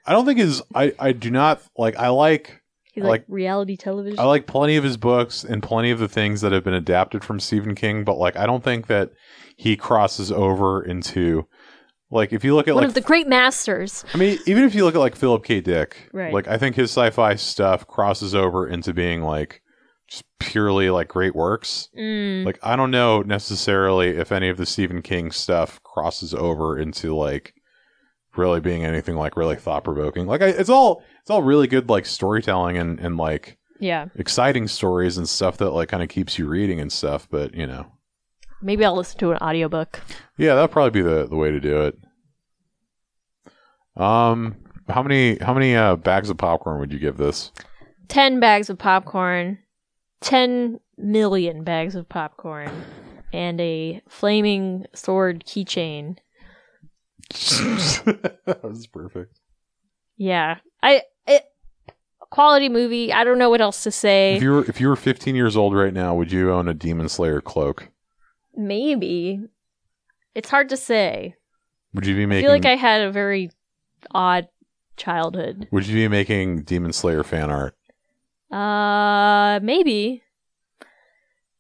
B: I don't think his I I do not like I like
A: He's
B: I
A: like,
B: like-
A: reality television.
B: I like plenty of his books and plenty of the things that have been adapted from Stephen King, but like I don't think that he crosses over into like if you look at
A: one
B: like
A: of the great masters.
B: I mean even if you look at like Philip K Dick,
A: Right.
B: like I think his sci-fi stuff crosses over into being like just purely like great works.
A: Mm.
B: Like I don't know necessarily if any of the Stephen King stuff crosses over into like really being anything like really thought provoking. Like I, it's all it's all really good like storytelling and and like
A: Yeah.
B: exciting stories and stuff that like kind of keeps you reading and stuff. But you know,
A: Maybe I'll listen to an audiobook.
B: yeah, that'll probably be the the way to do it. Um, how many how many uh, bags of popcorn would you give this?
A: 10 bags of popcorn, 10 million bags of popcorn, and a flaming sword keychain.
B: that was perfect.
A: Yeah. I it quality movie. I don't know what else to
B: If
A: say.
B: you were if you were 15 years old right now, would you own a Demon Slayer cloak?
A: Maybe. It's hard to say.
B: Would you be
A: I
B: making
A: feel like I had a very odd childhood.
B: Would you be making Demon Slayer fan art?
A: Uh maybe.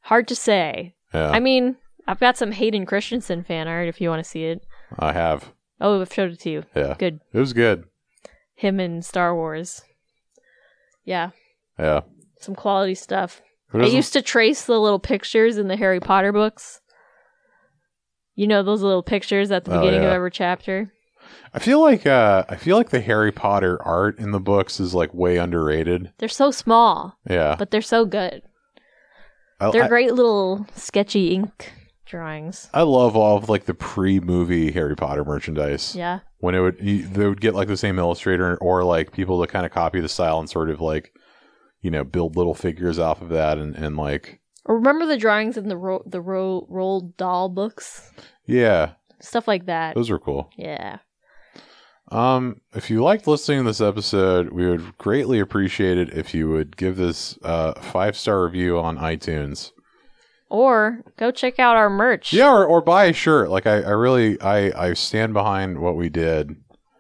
A: Hard to say.
B: Yeah,
A: I mean, I've got some Hayden Christensen fan art if you want to see it.
B: I have.
A: Oh, I've showed it to you.
B: Yeah,
A: Good.
B: it was good.
A: Him in Star Wars. Yeah,
B: Yeah,
A: some quality stuff.
B: Who
A: I
B: doesn't-
A: used to trace the little pictures in the Harry Potter books. You know those little pictures at the
B: Oh,
A: beginning of
B: yeah.
A: every chapter?
B: I feel like uh, I feel like the Harry Potter art in the books is like way underrated.
A: They're so small,
B: Yeah,
A: but they're so good.
B: I,
A: They're
B: I,
A: great little sketchy ink drawings.
B: I love all of like the pre-movie Harry Potter merchandise
A: Yeah.
B: when it would you, they would get like the same illustrator or like people to kind of copy the style and sort of like you know build little figures off of that and and like
A: Or Remember the drawings in the ro- the ro- rolled doll books?
B: yeah
A: Stuff like that.
B: those were cool.
A: Yeah.
B: Um, if you liked listening to this episode, we would greatly appreciate it if you would give this uh, five star review on iTunes.
A: Or go check out our merch.
B: Yeah, or, or buy a shirt. Like I, I really, I, I stand behind what we did,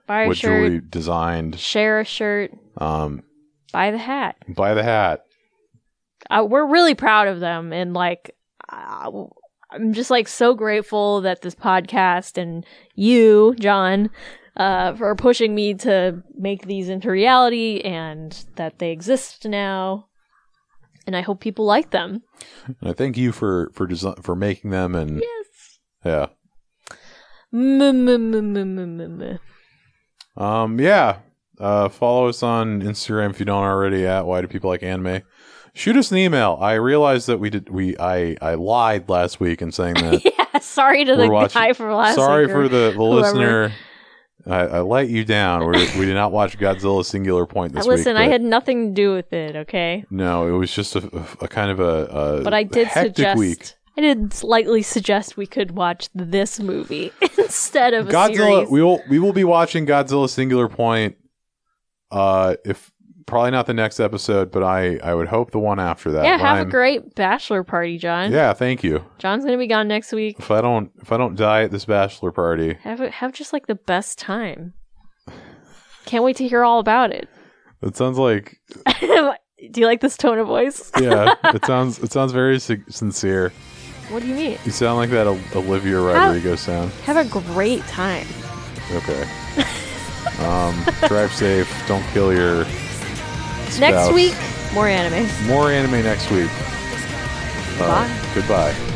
A: Buy a
B: what
A: shirt,
B: Julie designed.
A: share a shirt,
B: Um,
A: buy the hat.
B: buy the hat.
A: uh, we're really proud of them and like uh, i'm just like so grateful that this podcast and you john uh, for pushing me to make these into reality and that they exist now and i hope people like them
B: And I thank you for for design for making them. And
A: yes
B: yeah,
A: Mm, Mm-mm-mm-mm-mm-mm.
B: um, yeah. Uh, follow us on Instagram if you don't already at Why Do People Like Anime. Shoot us an email. I realized that we did we I I lied last week in saying that.
A: yeah sorry to
B: We're
A: the
B: watching-
A: guy for last
B: Sorry
A: week
B: for
A: or-
B: the, the
A: whoever.
B: listener. I, I let you down. We, we did not watch Godzilla Singular Point this week.
A: listen i
B: but
A: had nothing to do with it okay
B: no. It was just a, a kind of a, a
A: but I did
B: hectic
A: suggest
B: week.
A: I did slightly suggest we could watch this movie instead of a
B: Godzilla.
A: series.
B: We will we will be watching Godzilla Singular Point. Uh, if probably not the next episode, but I I would hope the one after that.
A: yeah,
B: But
A: have
B: I'm-
A: a great bachelor party, John.
B: Yeah, thank you.
A: John's gonna be gone next week.
B: If I don't if I don't die at this bachelor party,
A: Have a- have just like the best time. Can't wait to hear all about it.
B: it sounds like
A: do you like this tone of voice?
B: yeah, it sounds it sounds very sin- sincere.
A: What do you mean?
B: You sound like that Olivia Rodrigo sound.
A: Have a great time.
B: Okay. um, drive safe. Don't kill your.
A: Next
B: spouse.
A: week, more anime.
B: More anime next week. Uh,
A: Bye.
B: Goodbye.